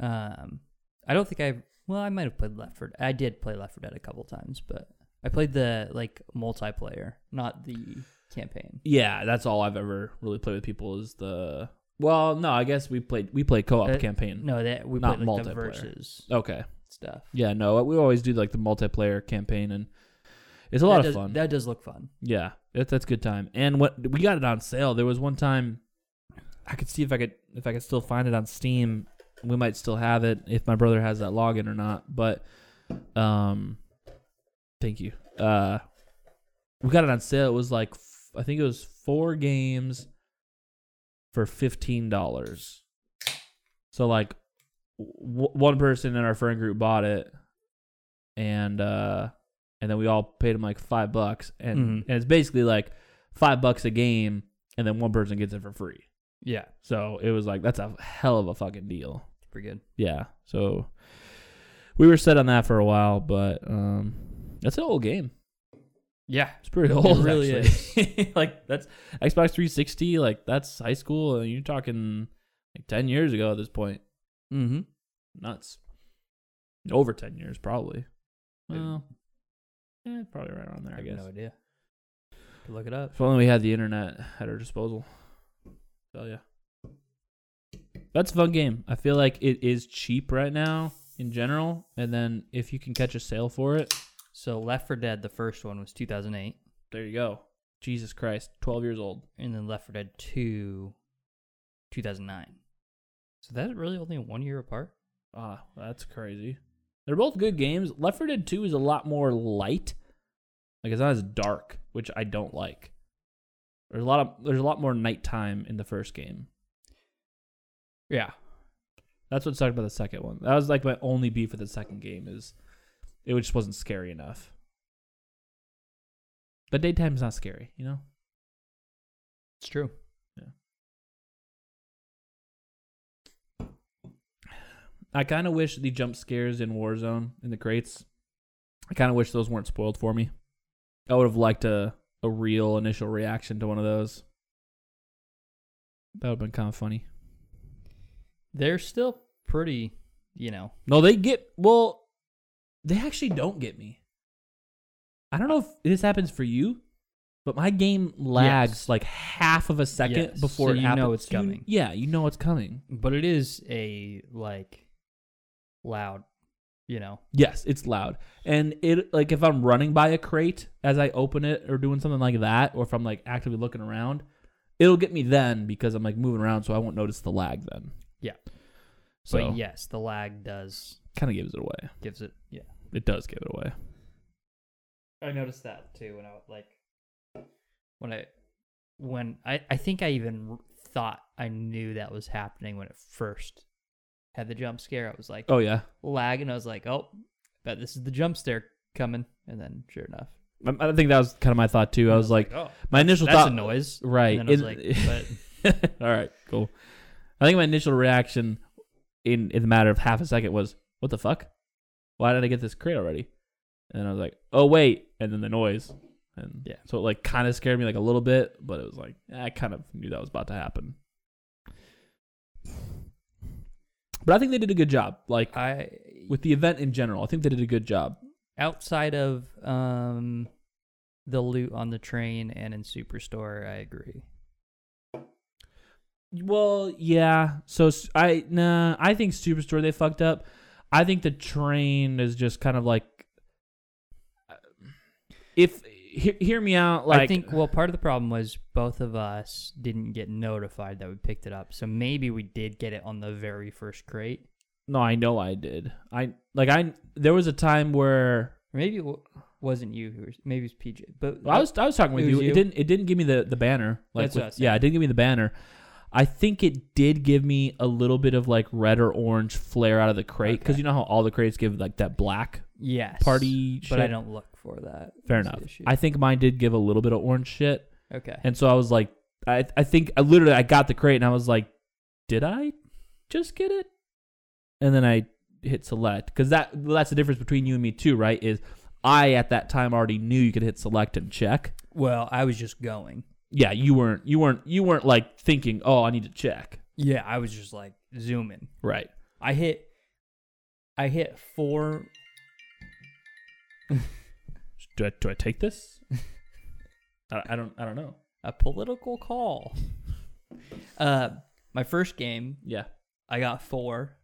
Um, I don't think I've. Well, I might have played Left 4 Dead. I did play Left 4 Dead a couple times, but I played the like multiplayer, not the campaign. Yeah, that's all I've ever really played with people is the. Well, no, I guess we played we played co op Uh, campaign. No, that we Hmm. Not played like, the multiplayer. versus Okay, stuff. yeah, no, we always do like the multiplayer campaign, and it's a that lot does, of fun. That does look fun. Yeah, that, that's good time. And what we got it on sale. There was one time I could see if I could if I could still find it on Steam. We might still have it if my brother has that login or not. But um, thank you. Uh, we got it on sale. It was like f- I think it was four games for fifteen dollars. So like w- one person in our friend group bought it, and uh, and then we all paid him like five bucks, and Mhm. and it's basically like five bucks a game, and then one person gets it for free. Yeah, So it was like that's a hell of a fucking deal. pretty good. Yeah. So we were set on that for a while, but um, that's an old game. Yeah, It's pretty It old. really actually. like that's Xbox 360. Like that's high school, and you're talking like 10 years ago at this point. mm-hmm. Nuts. Over 10 years, probably. Maybe. Well, eh, Eh, probably right around there, I, I have guess. no idea. Could look it up. If only we had the internet at our disposal. Tell ya. That's a fun game. I feel like it is cheap right now in general, and then if you can catch a sale for it, So Left for Dead, the first one was 2008, there you go. Jesus Christ, twelve years old. and then Left for Dead 2, 2009. So that's really only one year apart. Ah, that's crazy. They're both good games. Left 4 Dead 2 is a lot more light. Like it's not as dark, which I don't like. There's a lot of there's a lot more nighttime in the first game. Yeah. That's what sucked about the second one. That was like my only beef with the second game is it just wasn't scary enough. But daytime's not scary, you know? It's true. I kind of wish the jump scares in Warzone in the crates. I kind of wish those weren't spoiled for me. I would have liked a a real initial reaction to one of those. That would have been kind of funny. They're still pretty, you know. No, they get well. They actually don't get me. I don't know if this happens for you, but my game lags Yes. like half of a second Yes, before so it you know happens. it's You- coming. yeah, you know it's coming. But it is a, like, loud, you know. Yes, it's loud. And it like if I'm running by a crate as I open it or doing something like that, or if I'm like actively looking around, it'll get me then because I'm like moving around, so I won't notice the lag then. Yeah. So But yeah, yes, the lag does, kind of gives it away. gives it, yeah. It does give it away. I noticed that too when I like when I when I I think I even thought I knew that was happening when it first had the jump scare. I was like Oh yeah, lag, and I was like, oh, bet this is the jump scare coming. And then sure enough, I, I think that was kind of my thought too. I was like, oh, my initial that's a thought, noise, right? And then I was in- like, but All right, cool. I think my initial reaction in in the matter of half a second was, "What the fuck? Why did I get this crate already?" And I was like, "Oh wait!" And then the noise, and Yeah. so it like kind of scared me like a little bit, but it was like I kind of knew that was about to happen. But I think they did a good job, like I with the event in general. I think they did a good job. outside of um the loot on the train and in superstore, I agree. Well, yeah. So s- I nah, I think Superstore they fucked up. I think the train is just kind of like uh, if he, hear me out like I think well part of the problem was both of us didn't get notified that we picked it up. So maybe we did get it on the very first crate. no, I know I did. I like I there was a time where Or Maybe it wa- wasn't you who was maybe it was PJ. But well, I was I was talking with It you. was It you. didn't it didn't give me the the banner like That's what with- I was yeah, saying. it didn't give me the banner. I think it did give me a little bit of like red or orange flare out of the crate because Okay. you know how all the crates give like that black yes. party but shit. I don't look for that. Fair That's the enough. issue. I think mine did give a little bit of orange shit. okay. And so I was like, I, I think I literally I got the crate and I was like, did I just get it? And then I hit select because that well, that's the difference between you and me too, right? Is I at that time already knew you could hit select and check. well, I was just going. Yeah, you weren't you weren't you weren't like thinking, oh, I need to check, Yeah, I was just like zooming. right? I hit I hit four Do I do I take this? I, I don't I don't know. a political call. Uh my first game, Yeah. I got four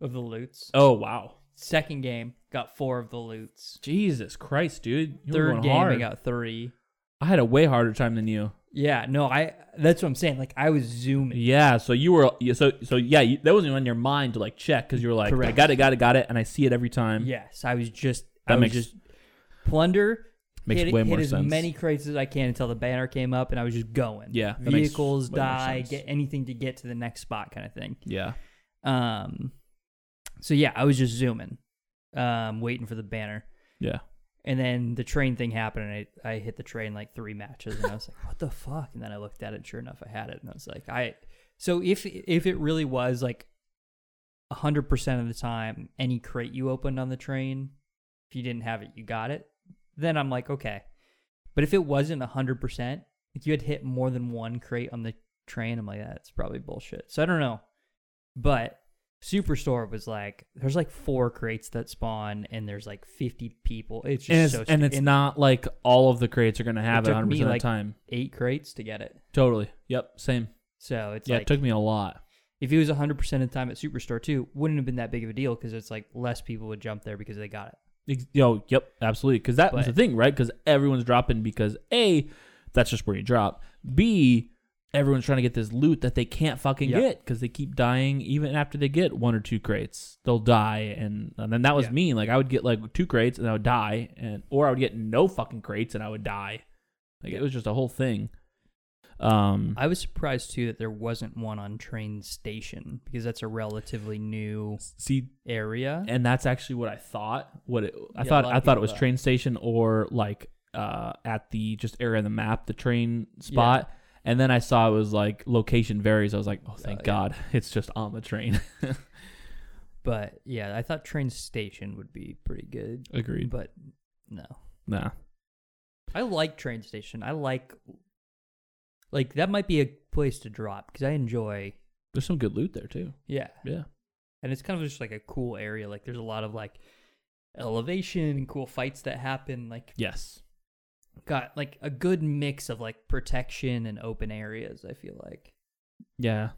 of the loots. Oh wow. Second game, got four of the loots. Jesus Christ, dude. You were Third going game, hard. I got three. I had a way harder time than you. Yeah, no, I. That's what I'm saying. Like I was zooming. Yeah, so you were yeah, so so yeah, you, that wasn't even on your mind to like check because you were like, I Correct. got it, got it, got it, and I see it every time. Yes, I was just. That I was makes- just plunder. makes hit, way hit more as sense. many crates as I can until the banner came up, and I was just going. Yeah, that makes vehicles way more die, sense. get anything to get to the next spot, kind of thing. yeah, Um, so yeah, I was just zooming, um, waiting for the banner, yeah. and then the train thing happened, and I I hit the train like three matches, and I was like, what the fuck? And then I looked at it, sure enough, I had it, and I was like, I. So if if it really was like hundred percent of the time, any crate you opened on the train, if you didn't have it, you got it. Then I'm like, okay. But if it wasn't hundred percent, like you had hit more than one crate on the train, I'm like, that's probably bullshit. So I don't know, but Superstore was like, there's like four crates that spawn, and there's like 50 people. It's just And it's, so and stu- it's not like all of the crates are going to have it It took 100% me, of the like- time. eight crates to get it. Totally. Yep. Same. So it's yeah, like, it took me a lot. if it was 100% of the time at Superstore too, wouldn't have been that big of a deal because it's like less people would jump there because they got it. Ex- Yo, yep, absolutely. Because that was the But- thing, right? Because everyone's dropping because A, that's just where you drop. B, everyone's trying to get this loot that they can't fucking Yep. get because they keep dying even after they get one or two crates. They'll die. And, and then that was Yeah. me. Like, I would get like two crates and I would die. and Or I would get no fucking crates and I would die. Like, it was just a whole thing. Um, I was surprised too that there wasn't one on train station because that's a relatively new see, area. and that's actually what I thought. What it, I Yeah, a thought, lot I of thought it people was thought. train station or like uh, at the just area of the map, the train spot. And then I saw it was like location varies. I was like, oh, thank Uh, yeah. God, it's just on the train. But yeah, I thought train station would be pretty good, Agreed. but no. Nah, I like train station. I like like that might be a place to drop because I enjoy there's some good loot there too. yeah, Yeah, and it's kind of just like a cool area. Like there's a lot of like elevation and cool fights that happen. Like yes, got like a good mix of like protection and open areas. I feel like yeah.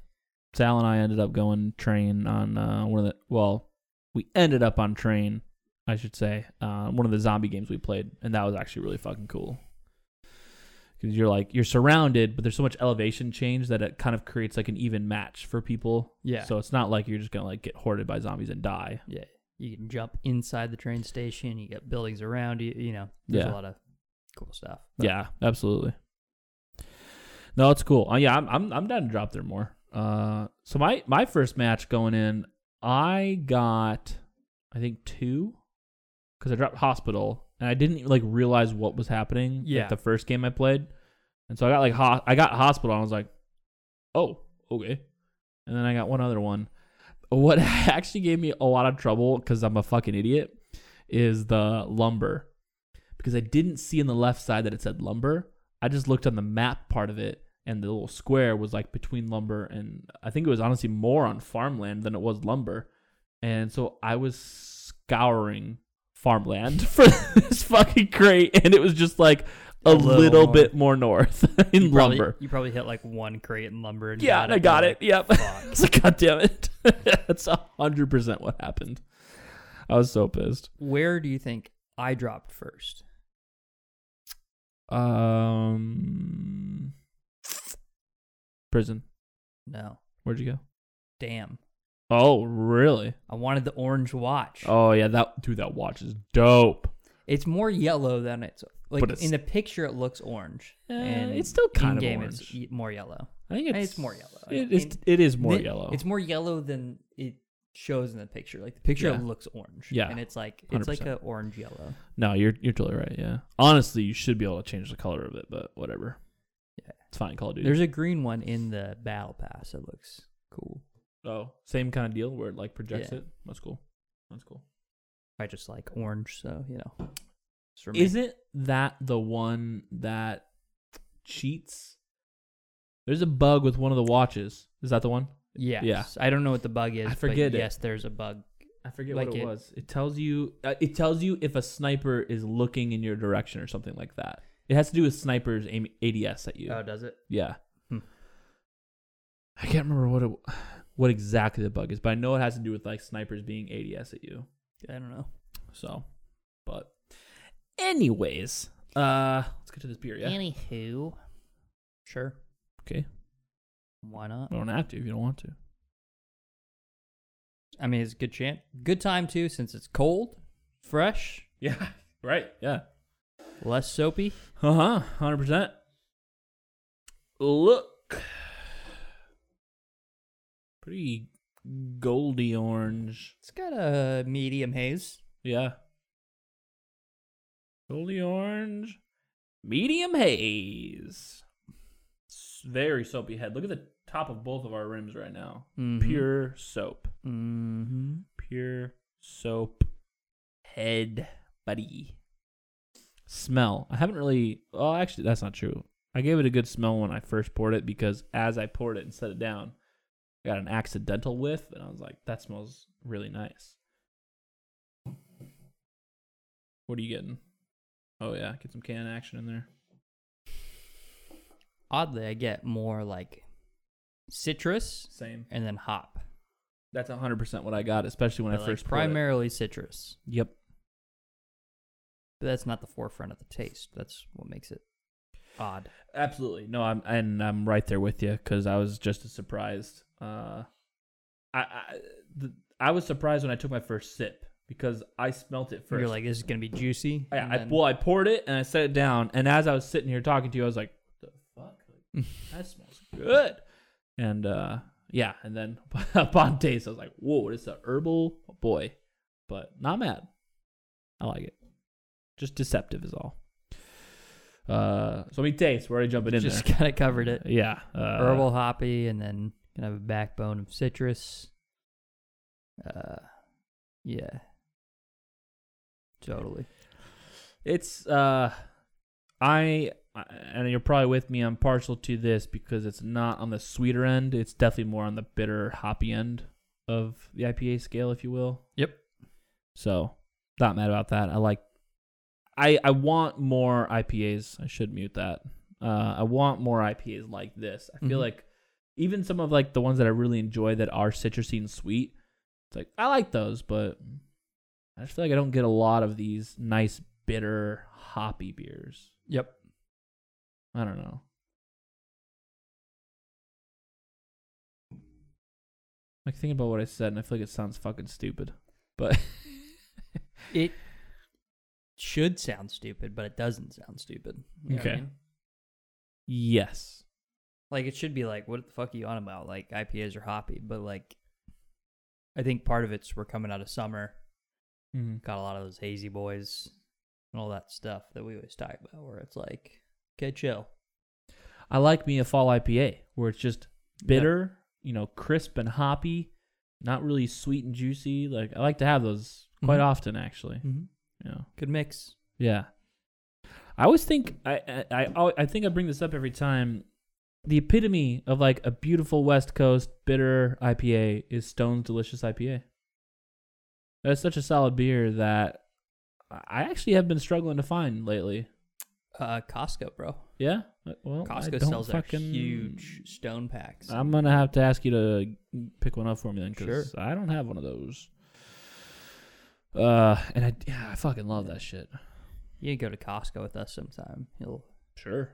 Sal and I ended up going train on uh, one of the well, we ended up on train, I should say, uh, one of the zombie games we played, and that was actually really fucking cool. because you're like you're surrounded, but there's so much elevation change that it kind of creates like an even match for people. Yeah. So it's not like you're just gonna like get hoarded by zombies and die. yeah, you can jump inside the train station. You got buildings around you. You know, there's Yeah. a lot of cool stuff. Yeah, absolutely. No, it's cool. Uh, yeah, I'm I'm I'm down to drop there more. Uh, so my my first match going in, I got, I think two, because I dropped hospital and I didn't like realize what was happening. like, Yeah. the first game I played, and so I got like ho- I got hospital and I was like, oh okay, and then I got one other one. What actually gave me a lot of trouble because I'm a fucking idiot is the lumber because I didn't see on the left side that it said lumber. I just looked on the map part of it, and the little square was like between lumber and I think it was honestly more on farmland than it was lumber. And so I was scouring farmland for this fucking crate, and it was just like a, A little, little more. bit more north in You probably- lumber. you probably hit like one crate in lumber. And Yeah, got and I got it. and Yep. you're like, Fuck. It's like, God damn it. That's 100% what happened. I was so pissed. Where do you think I dropped first? Um, prison. No, Where'd you go? damn. Oh, really? I wanted the orange watch. Oh yeah, that dude. That watch is dope. It's more yellow than it's like But it's- in the picture. It looks orange, Uh, and it's still kind of in-game orange. It's ye- more yellow. I think It's more yellow. It is. In- It is more Thi- yellow. It's more yellow than it shows in the picture. Like the picture Yeah. looks orange. Yeah. and it's like it's like 100%. a orange yellow. no, you're you're totally right. Yeah. Honestly, you should be able to change the color of it, but whatever. Yeah. It's fine. Call of Duty. There's a green one in the battle pass. It looks cool. oh, same kind of deal where it like projects Yeah. it. That's cool. That's cool. I just like orange, so you know. It's for me. Isn't that the one that cheats? There's a bug with one of the watches. Is that the one? Yes. I don't know what the bug is. I but forget it. yes, there's a bug. I forget Like what it, it- was. It tells you uh, it tells you if a sniper is looking in your direction or something like that. It has to do with snipers aim ADS at you. Oh, does it? yeah. Hmm. I can't remember what it, what exactly the bug is, but I know it has to do with like snipers being ADS at you. I don't know. So, but anyways, uh let's get to this beer, yeah. Anywho, sure. Okay. Why not? I don't have to if you don't want to. I mean, it's a good chance. Good time too, since it's cold, fresh, Yeah. Right. Yeah. less soapy. Uh-huh. 100%. Look. Pretty goldy orange. It's got a medium haze. Yeah. Goldy orange. Medium haze. S- Very soapy head. Look at the top of both of our rims right now. Pure soap. Mm-hmm. Pure soap head, buddy. Smell. I haven't really. Well, actually, that's not true. I gave it a good smell when I first poured it because as I poured it and set it down, I got an accidental whiff, and I was like, that smells really nice. What are you getting? Oh yeah, get some can action in there. Oddly, I get more like citrus Same. and then hop. That's 100% what I got, especially when I But, like, first poured it. primarily citrus, Yep. but that's not the forefront of the taste. That's what makes it odd. Absolutely. No, I'm and I'm right there with you because I was just as surprised. Uh, I I, the, I was surprised when I took my first sip because I smelt it 1st You're like, this is gonna be juicy. I, and Oh, I then- well, I poured it and I set it down, and as I was sitting here talking to you, I was like, "What the fuck? Like, that smells good." And uh, yeah, and then upon taste, I was like, "Whoa, it's a herbal boy," but not mad. I like it. Just deceptive is all. Uh, so we taste. We're already jumping in just there. kind of covered it. Yeah, uh, Herbal hoppy, and then kind of a backbone of citrus. Uh, yeah, totally. It's uh, I uh, and you're probably with me. I'm partial to this because it's not on the sweeter end. It's definitely more on the bitter, hoppy end of the IPA scale, if you will. Yep. So, not mad about that. I like. I I want more IPAs. I should mute that. Uh, I want more IPAs like this. I feel Mhm. like even some of like the ones that I really enjoy that are citrusy and sweet. It's like I like those, but I just feel like I don't get a lot of these nice bitter hoppy beers. Yep. I don't know. Like think about what I said, and I feel like it sounds fucking stupid. But It should sound stupid, but it doesn't sound stupid. You know what I Okay. mean? yes, Like it should be like, what the fuck are you on about? Like IPAs are hoppy, but like, I think part of it's we're coming out of summer, mm-hmm. got a lot of those hazy boys and all that stuff that we always talk about, where it's like, okay, chill. I like me a fall IPA where it's just bitter, you know, crisp and hoppy, not really sweet and juicy. Like I like to have those quite Mhm. often, actually. Mm-hmm. Yeah. Good mix. Yeah. I always think I, I I al- I think I bring this up every time. The epitome of like a beautiful West Coast bitter IPA is Stone's Delicious IPA. That's such a solid beer that I actually have been struggling to find lately. Uh, Costco, bro. Yeah. Uh, Well, I Costco don't sells fucking their huge stone packs. I'm gonna have to ask you to pick one up for me then, Sure. because I don't have one of those. Uh, and I yeah, I fucking love that shit. you go to Costco with us sometime. You'll Sure.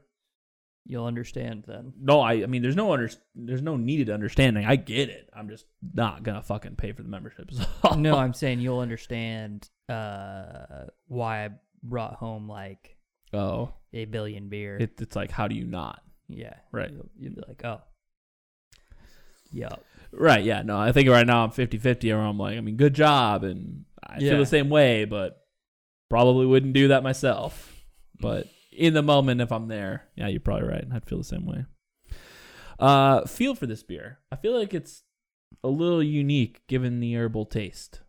you'll understand then. No, I, I mean, there's no under, there's no needed understanding. I get it. I'm just not gonna fucking pay for the membership. So. no, I'm saying you'll understand uh, why I brought home like Oh, a billion beer. it, it's like, how do you not? yeah, Right. You'll, you'll be like, oh, yeah, Right? Yeah. No, I think right now I'm 50-50 Or I'm like, I mean, good job, and I Yeah. feel the same way, but probably wouldn't do that myself. But in the moment, if I'm there, yeah, you're probably right. I'd feel the same way. Uh, feel for this beer. I feel like it's a little unique given the herbal taste.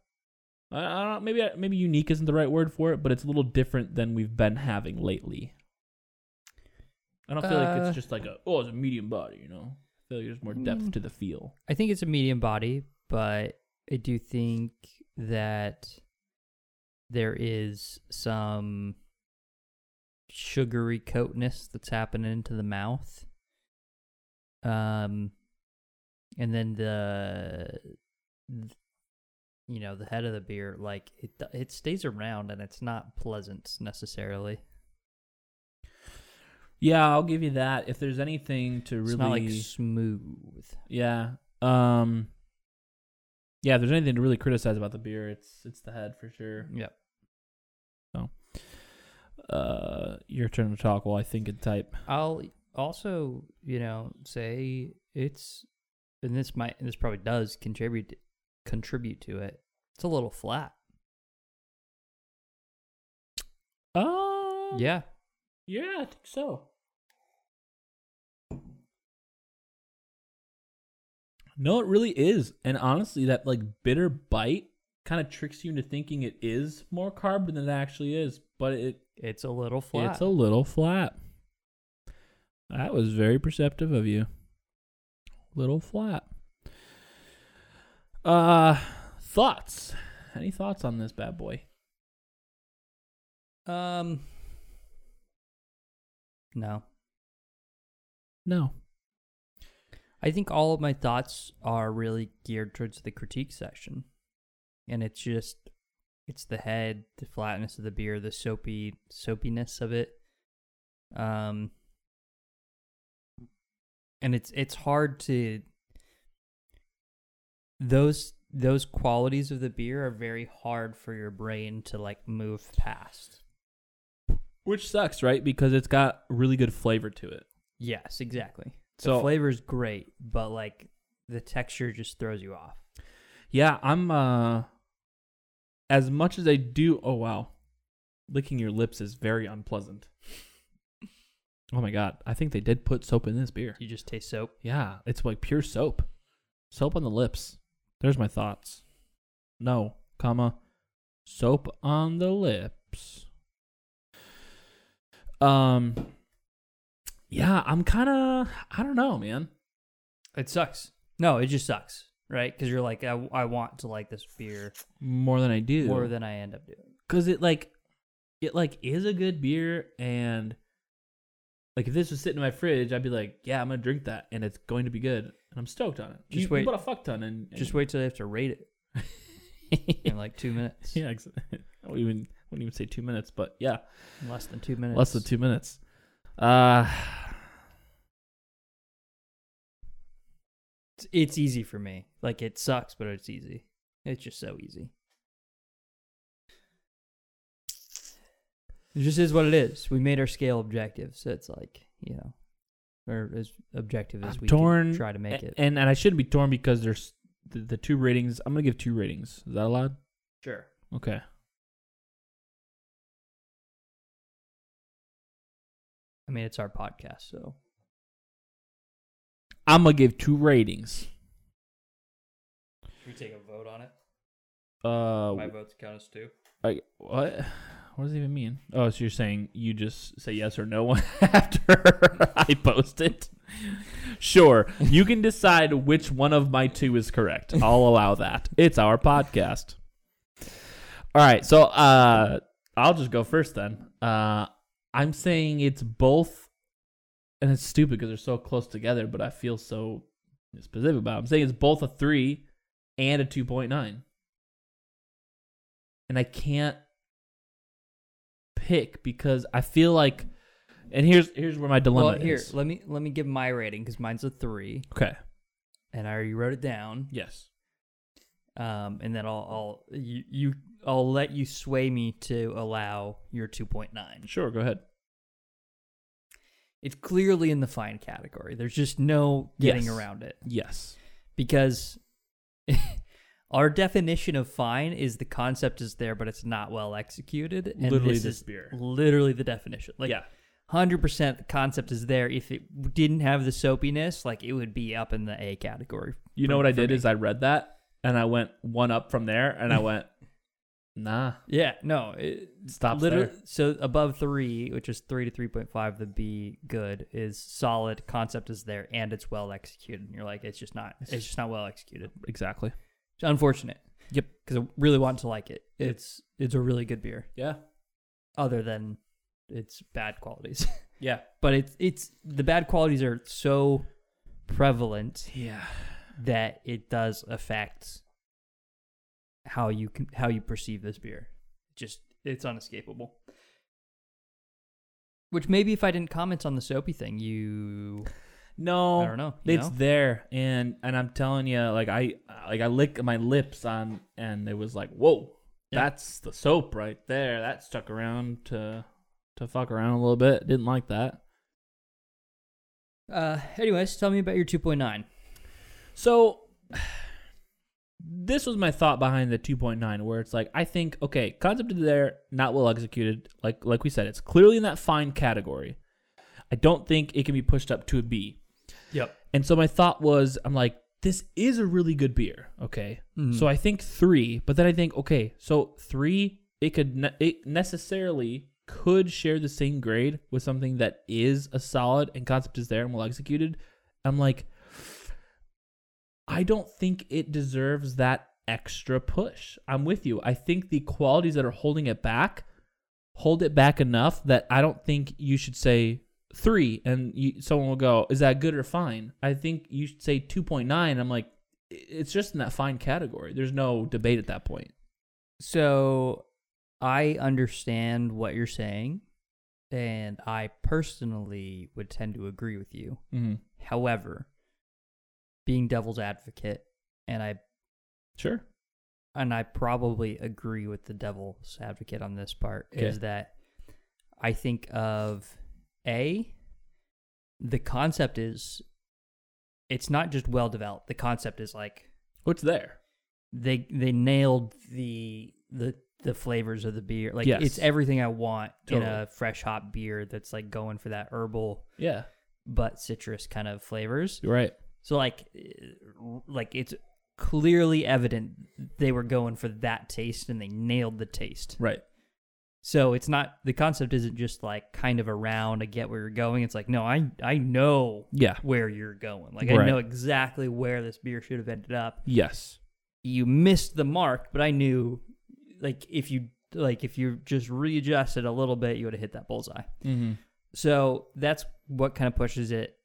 I, I don't maybe maybe unique isn't the right word for it, but it's a little different than we've been having lately. I don't feel like Uh, it's just like a oh, it's a medium body, you know. I feel like there's more depth Mm. to the feel. I think it's a medium body, but I do think that there is some sugary coatness that's happening into the mouth. Um, and then the, th- you know, the head of the beer, like it, it stays around and it's not pleasant necessarily. Yeah, I'll give you that. If there's anything to really It's not like smooth. Yeah. Um Yeah, if there's anything to really criticize about the beer, it's it's the head for sure. Yep. Uh your turn to talk while I think and type. I'll also, you know, say it's, and this might, this probably does contribute contribute to it. It's a little flat. Oh Yeah, Yeah, I think so. No, it really is. And honestly, that like bitter bite kind of tricks you into thinking it is more carb than it actually is, but it it's a little flat. It's a little flat. That was very perceptive of you. Little flat. Uh, thoughts? Any thoughts on this bad boy? Um, no. No. I think all of my thoughts are really geared towards the critique section. And it's just it's the head, the flatness of the beer, the soapy soapiness of it. Um and it's it's hard to those those qualities of the beer are very hard for your brain to like move past. Which sucks, right? Because it's got really good flavor to it. Yes, exactly. So- the flavor's great, but like the texture just throws you off. Yeah, I'm uh as much as I do oh wow. Licking your lips is very unpleasant. Oh my god, I think they did put soap in this beer. You just taste soap. Yeah, it's like pure soap. Soap on the lips. There's my thoughts. No, comma. Soap on the lips. Um Yeah, I'm kind of I don't know, man. It sucks. No, it just sucks, right? Because you're like, I, I want to like this beer More than I do. more than I end up doing. because it like it like is a good beer and like if this was sitting in my fridge i'd be like yeah i'm gonna drink that and it's going to be good and i'm stoked on it You- Just you wait. bought a fuck ton and, and Just wait till they have to rate it in like two minutes. yeah ex- i wouldn't even wouldn't even say two minutes but yeah In Less than two minutes. less than two minutes uh It's, it's easy for me. Like it sucks, but it's easy. It's just so easy. It just is what it is. We made our scale objective, so it's like you know, or as objective as I'm we torn can try to make it. and and i shouldn't be torn because there's the, the two ratings i'm gonna give two ratings is that allowed Sure. okay I mean, it's our podcast, so i'm gonna give two ratings Should we take a vote on it? uh votes count as two. Like what? What does it even mean? Oh, so you're saying you just say yes or no after I post it? Sure, you can decide which one of my two is correct. I'll allow that. It's our podcast. All right, so uh, I'll just go first then. Uh, I'm saying it's both, and it's stupid because they're so close together. But I feel so specific about. It. I'm saying it's both a three and a two point nine and I can't pick because I feel like and here's here's where my dilemma Well, here, is. let me let me give my rating because mine's a three, Okay. and I already wrote it down. Yes. Um, and then I'll I'll you, you I'll let you sway me to allow your two point nine. Sure, go ahead. It's clearly in the fine category. There's just no getting Yes. around it Yes. because our definition of fine is the concept is there, but it's not well executed. And Literally this, this is beer. literally the definition. Like yeah. hundred percent the concept is there. If it didn't have the soapiness, like it would be up in the A category. You for- know what I for did me. is I read that and I went one up from there and I went nah, yeah, no, it stop literally. there. So above three, which is three to three point five, the B good is solid. Concept is there, and it's well executed. And you're like, it's just not. It's just not well executed. Exactly. It's unfortunate. Yep. because I really want to like it. It's it's a really good beer, Yeah. other than its bad qualities. Yeah. but it's it's the bad qualities are so prevalent Yeah. that it does affect how you can how you perceive this beer. Just it's unescapable. Which maybe if I didn't comment on the soapy thing, you No. I don't know. you It's know? there, and and I'm telling you, like I like I lick my lips on, and it was like, whoa, Yeah. that's the soap right there. That stuck around to to fuck around a little bit. Didn't like that. Uh, anyways, tell me about your two point nine. So this was my thought behind the 2.9, where it's like I think okay, concept is there, not well executed. Like like we said, it's clearly in that fine category. I don't think it can be pushed up to a B. Yep. And so my thought was, I'm like, this is a really good beer. Okay. Mhm. So I think three, but then I think, okay, so three, it could, ne- it necessarily could share the same grade with something that is a solid and concept is there and well executed. I'm like, I don't think it deserves that extra push. I'm with you. I think the qualities that are holding it back hold it back enough that I don't think you should say three and you, someone will go, is that good or fine? I think you should say 2.9. I'm like, "I- it's just in that fine category. There's no debate at that point. So I understand what you're saying, and I personally would tend to agree with you. Mm-hmm. However, being devil's advocate, and I Sure. and I probably agree with the devil's advocate on this part Okay. is that I think of a the concept is it's not just well developed. The concept is like What's there? they they nailed the the the flavors of the beer. Like Yes. it's everything I want in Totally. a fresh hop beer that's like going for that herbal Yeah. but citrus kind of flavors. You're right. So like uh, like it's clearly evident they were going for that taste and they nailed the taste. Right. So it's not the concept isn't just like kind of around I get where you're going. It's like no, I I know Yeah. where you're going. Like I Right. know exactly where this beer should have ended up. Yes. You missed the mark, but I knew like if you like if you just readjusted a little bit, you would have hit that bullseye. Mm-hmm. So that's what kind of pushes it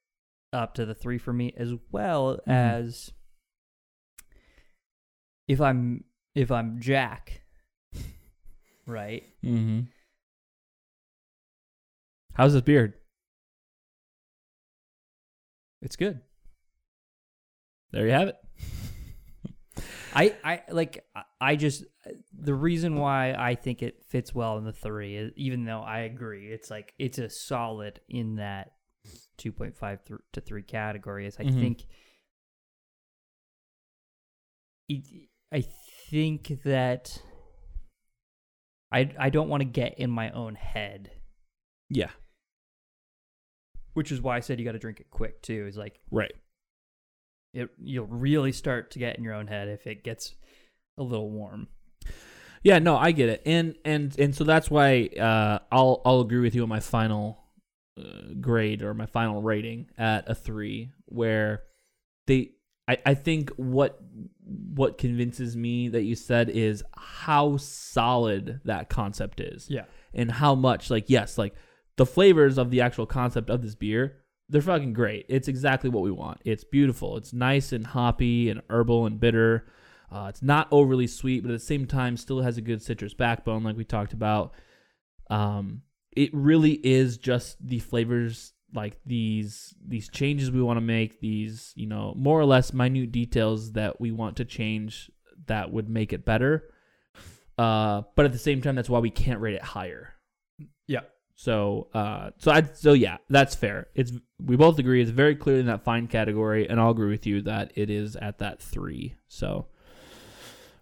up to the three for me, as well Mhm. as if I'm if I'm Jack, right? Mm-hmm. How's this beard? It's good. There you have it. I I like I- I just the reason why I think it fits well in the three, is, even though I agree, it's like it's a solid in that two point five to three category. Is I Mhm. think it, I think that I I don't want to get in my own head, Yeah. which is why I said you got to drink it quick too. Is like Right. it you'll really start to get in your own head if it gets a little warm. Yeah, no, I get it, and and and so that's why uh, I'll I'll agree with you on my final uh, grade or my final rating at a three, where they I, I think what what convinces me that you said is how solid that concept is Yeah. and how much like yes like the flavors of the actual concept of this beer they're fucking great it's exactly what we want it's beautiful it's nice and hoppy and herbal and bitter uh, it's not overly sweet but at the same time still has a good citrus backbone like we talked about um it really is just the flavors like these these changes we want to make these you know more or less minute details that we want to change that would make it better uh but at the same time that's why we can't rate it higher Yeah. so uh so i so yeah that's fair it's we both agree it's very clearly in that fine category and i'll agree with you that it is at that three so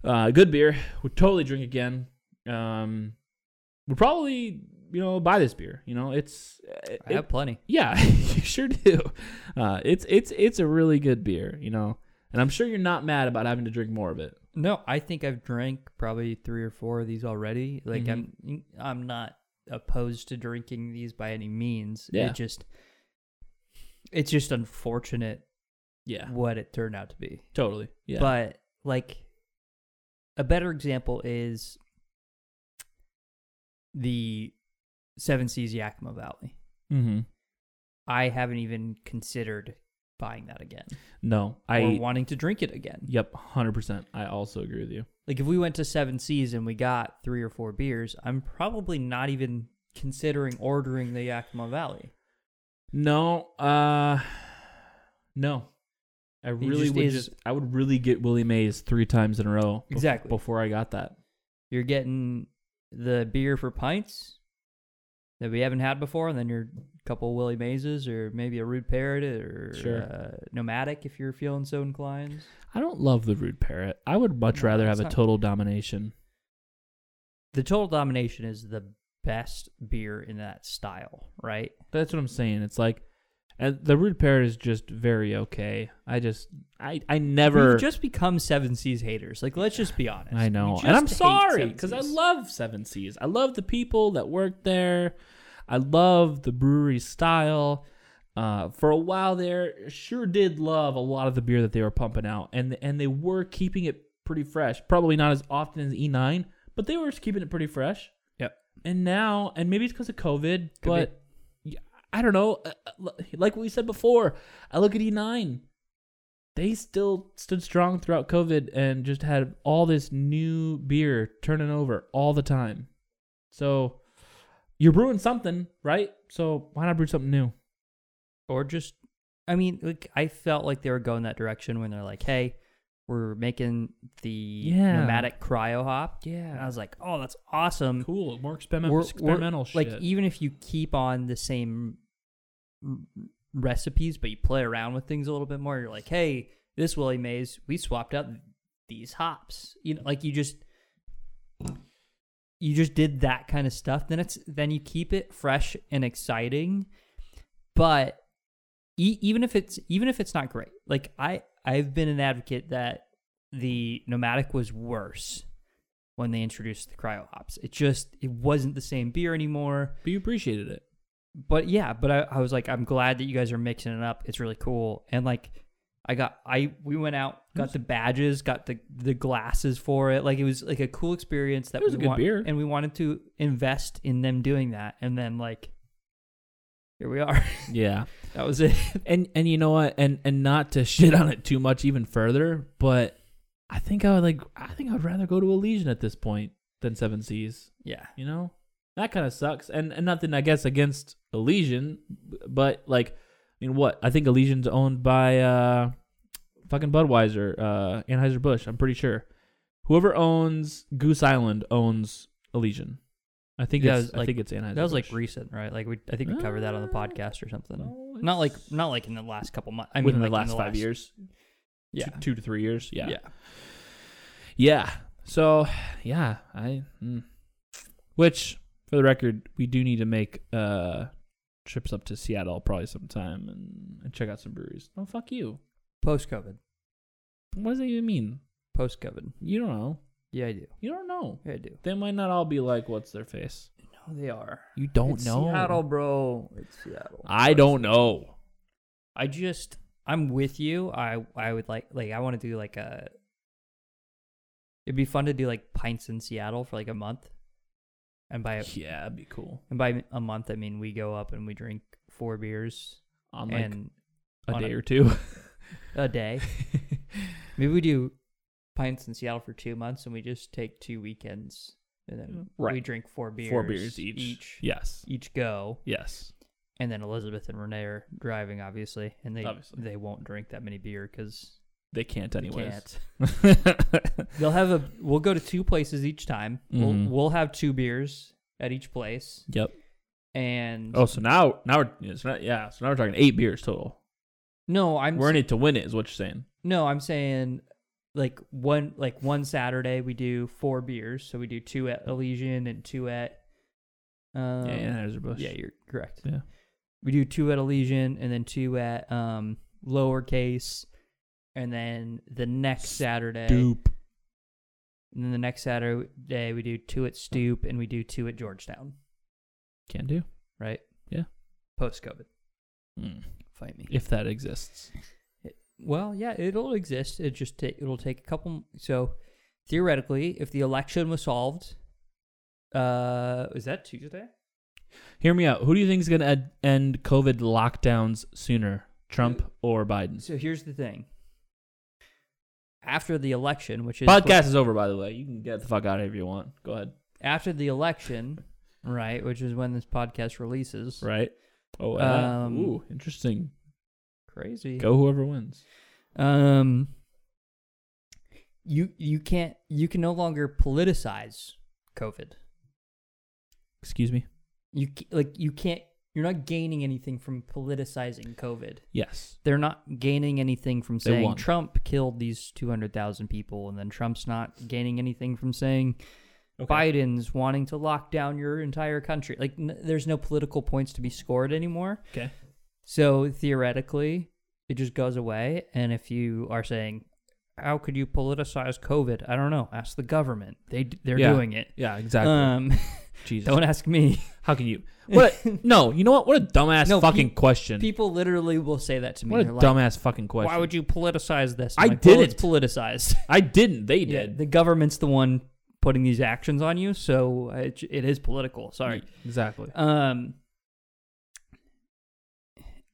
uh good beer would totally drink again um would probably you know buy this beer you know it's I it- have plenty. yeah, you sure do. Uh, it's it's it's a really good beer, you know, and I'm sure you're not mad about having to drink more of it. No, I think I've drank probably three or four of these already. Like Mhm. I'm I'm not opposed to drinking these by any means. Yeah. It just it's just unfortunate Yeah, what it turned out to be. totally. Yeah, But like a better example is the Seven Seas Yakima Valley. mm-hmm. I haven't even considered buying that again no, or I wanting to drink it again. yep, hundred percent. I also agree with you. Like if we went to Seven Seas and we got three or four beers, I'm probably not even considering ordering the Yakima Valley. No, uh, no, I really just would is- just I would really get Willie Mays three times in a row. bef- Exactly. before I got that. You're getting the beer for pints that we haven't had before, and then your couple of Willie Mazes or maybe a Rude Parrot or Sure. uh, Nomadic if you're feeling so inclined. I don't love the rude parrot. I would much No, rather have it's a not- total domination. The Total Domination is the best beer in that style, right? That's what I'm saying. It's like and the rude parrot is just very okay. I just I I never We've just become Seven Seas haters. Like, let's just be honest. I We know, just and I'm hate sorry Seven because I Seas. love Seven Seas. I love the people that work there. I love the brewery style. uh, for a while there, sure did love a lot of the beer that they were pumping out, and and they were keeping it pretty fresh. Probably not as often as E9, but they were just keeping it pretty fresh. Yep. And now, and maybe it's because of COVID, be. but yeah, I don't know. Uh, uh, Like we said before, I look at E9. They still stood strong throughout COVID and just had all this new beer turning over all the time. So you're brewing something, right? So why not brew something new? or just i mean like i felt like they were going that direction when they're like hey we're making the Yeah. nomadic cryo hop and i Yeah. was like oh that's awesome Cool. More experiment, We're- we're- experimental like shit. even if you keep on the same r- recipes but you play around with things a little bit more you're like hey this willie mays we swapped out these hops you know like you just you just did that kind of stuff then it's then you keep it fresh and exciting but e- even if it's even if it's not great like i i've been an advocate that the nomadic was worse when they introduced the cryo hops it just it wasn't the same beer anymore but you appreciated it. but yeah but I, I was like i'm glad that you guys are mixing it up it's really cool and like i got i we went out got the badges got the the glasses for it like it was like a cool experience that It was we a good want- beer. and we wanted to invest in them doing that and then like here we are Yeah. that was it And and you know what? And and not to shit on it too much even further, but I think I would like I think I would rather go to Elysian at this point than Seven Seas. yeah You know? That kind of sucks. And and nothing I guess against Elysian, b- but like I mean what? I think Elysian's owned by uh fucking Budweiser, uh Anheuser Busch, I'm pretty sure. Whoever owns Goose Island owns Elysian. I think Yeah, it's it I was Uh, like- think it's Anheuser. that was like recent right like we i think we covered that on the podcast or something not like not like in the last couple months i mean within like, the in last five years. yeah two, two to three years. Yeah. yeah Yeah. So, yeah, I. Mm. Which, for the record, we do need to make uh trips up to Seattle probably sometime and, and check out some breweries. No, fuck you. post covid What does that even mean? post covid You don't know. yeah i do You don't know. yeah i do They might not all be like, what's their face? no they are You don't It's know. Seattle, bro. It's Seattle. I don't know. I just I'm with you. I I would like like I want to do like a It'd be fun to do like pints in Seattle for like a month. And by Yeah, that'd be cool. and by a month I mean we go up and we drink four beers On like and a on day a- or two. a day. Maybe we do pints in Seattle for 2 months and we just take two weekends and then we Right. drink four beers Four beers each. each Yes. each go. Yes. and then Elizabeth and Renee are driving, obviously, and they Obviously. they won't drink that many beer because They can't, they anyways. can't. They'll have a. We'll go to two places each time. Mhm. We'll we'll have two beers at each place, yep. and Oh, so now now we're it's not, yeah. So now we're talking eight beers total. no, I'm We're in it to win it, is what you're saying. no, I'm saying like one like one Saturday we do four beers, so we do two at Elysian and two at. Um, yeah, Anheuser Busch. Yeah, you're correct. Yeah. We do two at Elysian and then two at um lowercase. And then the next Saturday Dupe. and then the next Saturday we do two at Stoop and we do two at Georgetown, Can do. right? Yeah. Post COVID. Mm. Fight me. If that exists. Well, yeah, it'll exist. It just ta- it'll take a couple so theoretically, if the election was solved, uh is that Tuesday? Hear me out. Who do you think is going to ed- end COVID lockdowns sooner, Trump or Biden? So here's the thing. After the election, which is Podcast is over, by the way. You can get the fuck out of here if you want. Go ahead. after the election, right, which is when this podcast releases. Right. Oh, uh, Um, ooh, interesting. Crazy. Go whoever wins. Um you you can't you can no longer politicize COVID. Excuse me. You ca- like you can't you're not gaining anything from politicizing COVID. Yes. They're not gaining anything from They saying won. Trump killed these 200,000 people and then Trump's not gaining anything from saying Biden's wanting to lock down your entire country. Like n- there's no political points to be scored anymore. Okay. So theoretically, it just goes away. And if you are saying, "How could you politicize COVID?" I don't know. Ask the government. They d- they're Yeah. doing it. Yeah, exactly. Um, Jesus. Don't ask me. How can you? What? a- no, you know what? What a dumbass No, fucking pe- question. People literally will say that to me. what a They're like, dumbass fucking question. Why would you politicize this? I like, well, didn't. it's politicized. I didn't. They yeah, did. the government's the one putting these actions on you, so it, it is political. Sorry. Exactly. Um,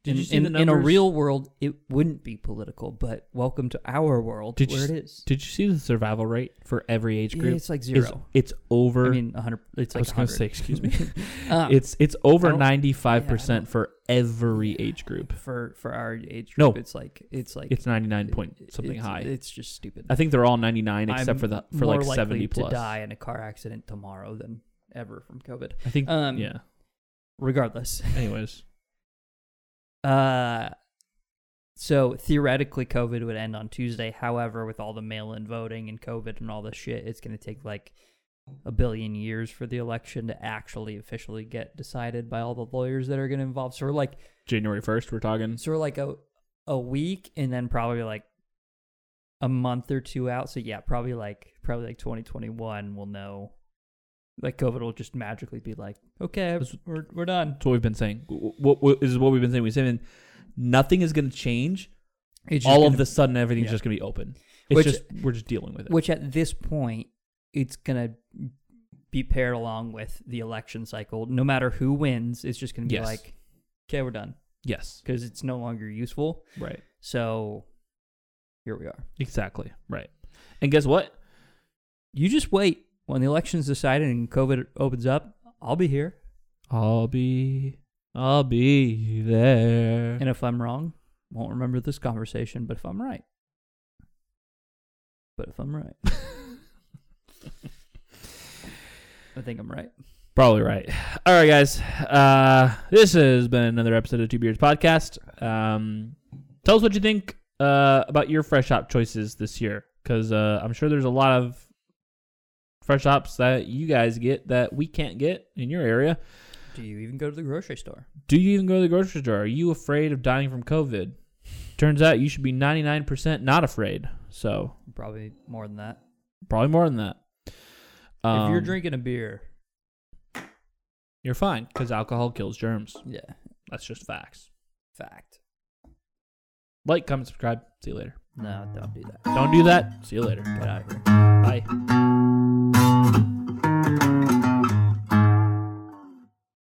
Did in, you see in, the in a numbers? real world, it wouldn't be political, but welcome to our world Did you where s- it is. Did you see the survival rate for every age group? it's like Is- zero. It's, over. I mean, 100. It's I like was gonna 100. say, excuse me. Um, it's it's over I don't- ninety five yeah, I don't- percent for every age group. for for our age No. group. it's like it's like It's ninety nine point something it's- high. It's just stupid. I think they're all ninety nine except I'm for the for more like likely seventy plus. to die in a car accident tomorrow than ever from COVID. I think. Um, yeah. Regardless, Anyways, uh, so theoretically, COVID would end on Tuesday. However, with all the mail-in voting and COVID and all this shit, it's going to take like a billion years for the election to actually officially get decided by all the lawyers that are going to involve. So we're like January first, we're talking. sort of like a a week and then probably like a month or two out. So yeah, probably like probably like 2021 we'll know. Like COVID will just magically be like, okay, That's- we're we're done. That's what we've been saying. W- What, what is what we've been saying? We've been saying nothing is going to change. It's just All gonna- of the sudden, everything's yeah. just going to be open. It's Which- just we're just dealing with it. which at this point it's gonna be paired along with the election cycle. No matter who wins, it's just gonna be Yes. like, okay, we're done yes. because it's no longer useful. Right. So here we are. Exactly. Right. And guess what? You just wait when the election's decided and COVID opens up. I'll be here. I'll be I'll be there. And if I'm wrong, won't remember this conversation, but if I'm right. But if I'm right. I think I'm right. Probably right. All right, guys. Uh, this has been another episode of Two Beards Podcast. Um, tell us what you think uh, about your fresh hop choices this year, because uh, I'm sure there's a lot of fresh hops that you guys get that we can't get in your area. Do you even go to the grocery store? Do you even go to the grocery store? Are you afraid of dying from COVID? Turns out you should be 99% not afraid. So Probably more than that. probably more than that. if you're Um, drinking a beer, you're fine because alcohol kills germs. yeah, That's just facts. fact. Like, comment, subscribe. See you later. No, don't do that. Don't do that. See you later. Get out of here. Bye.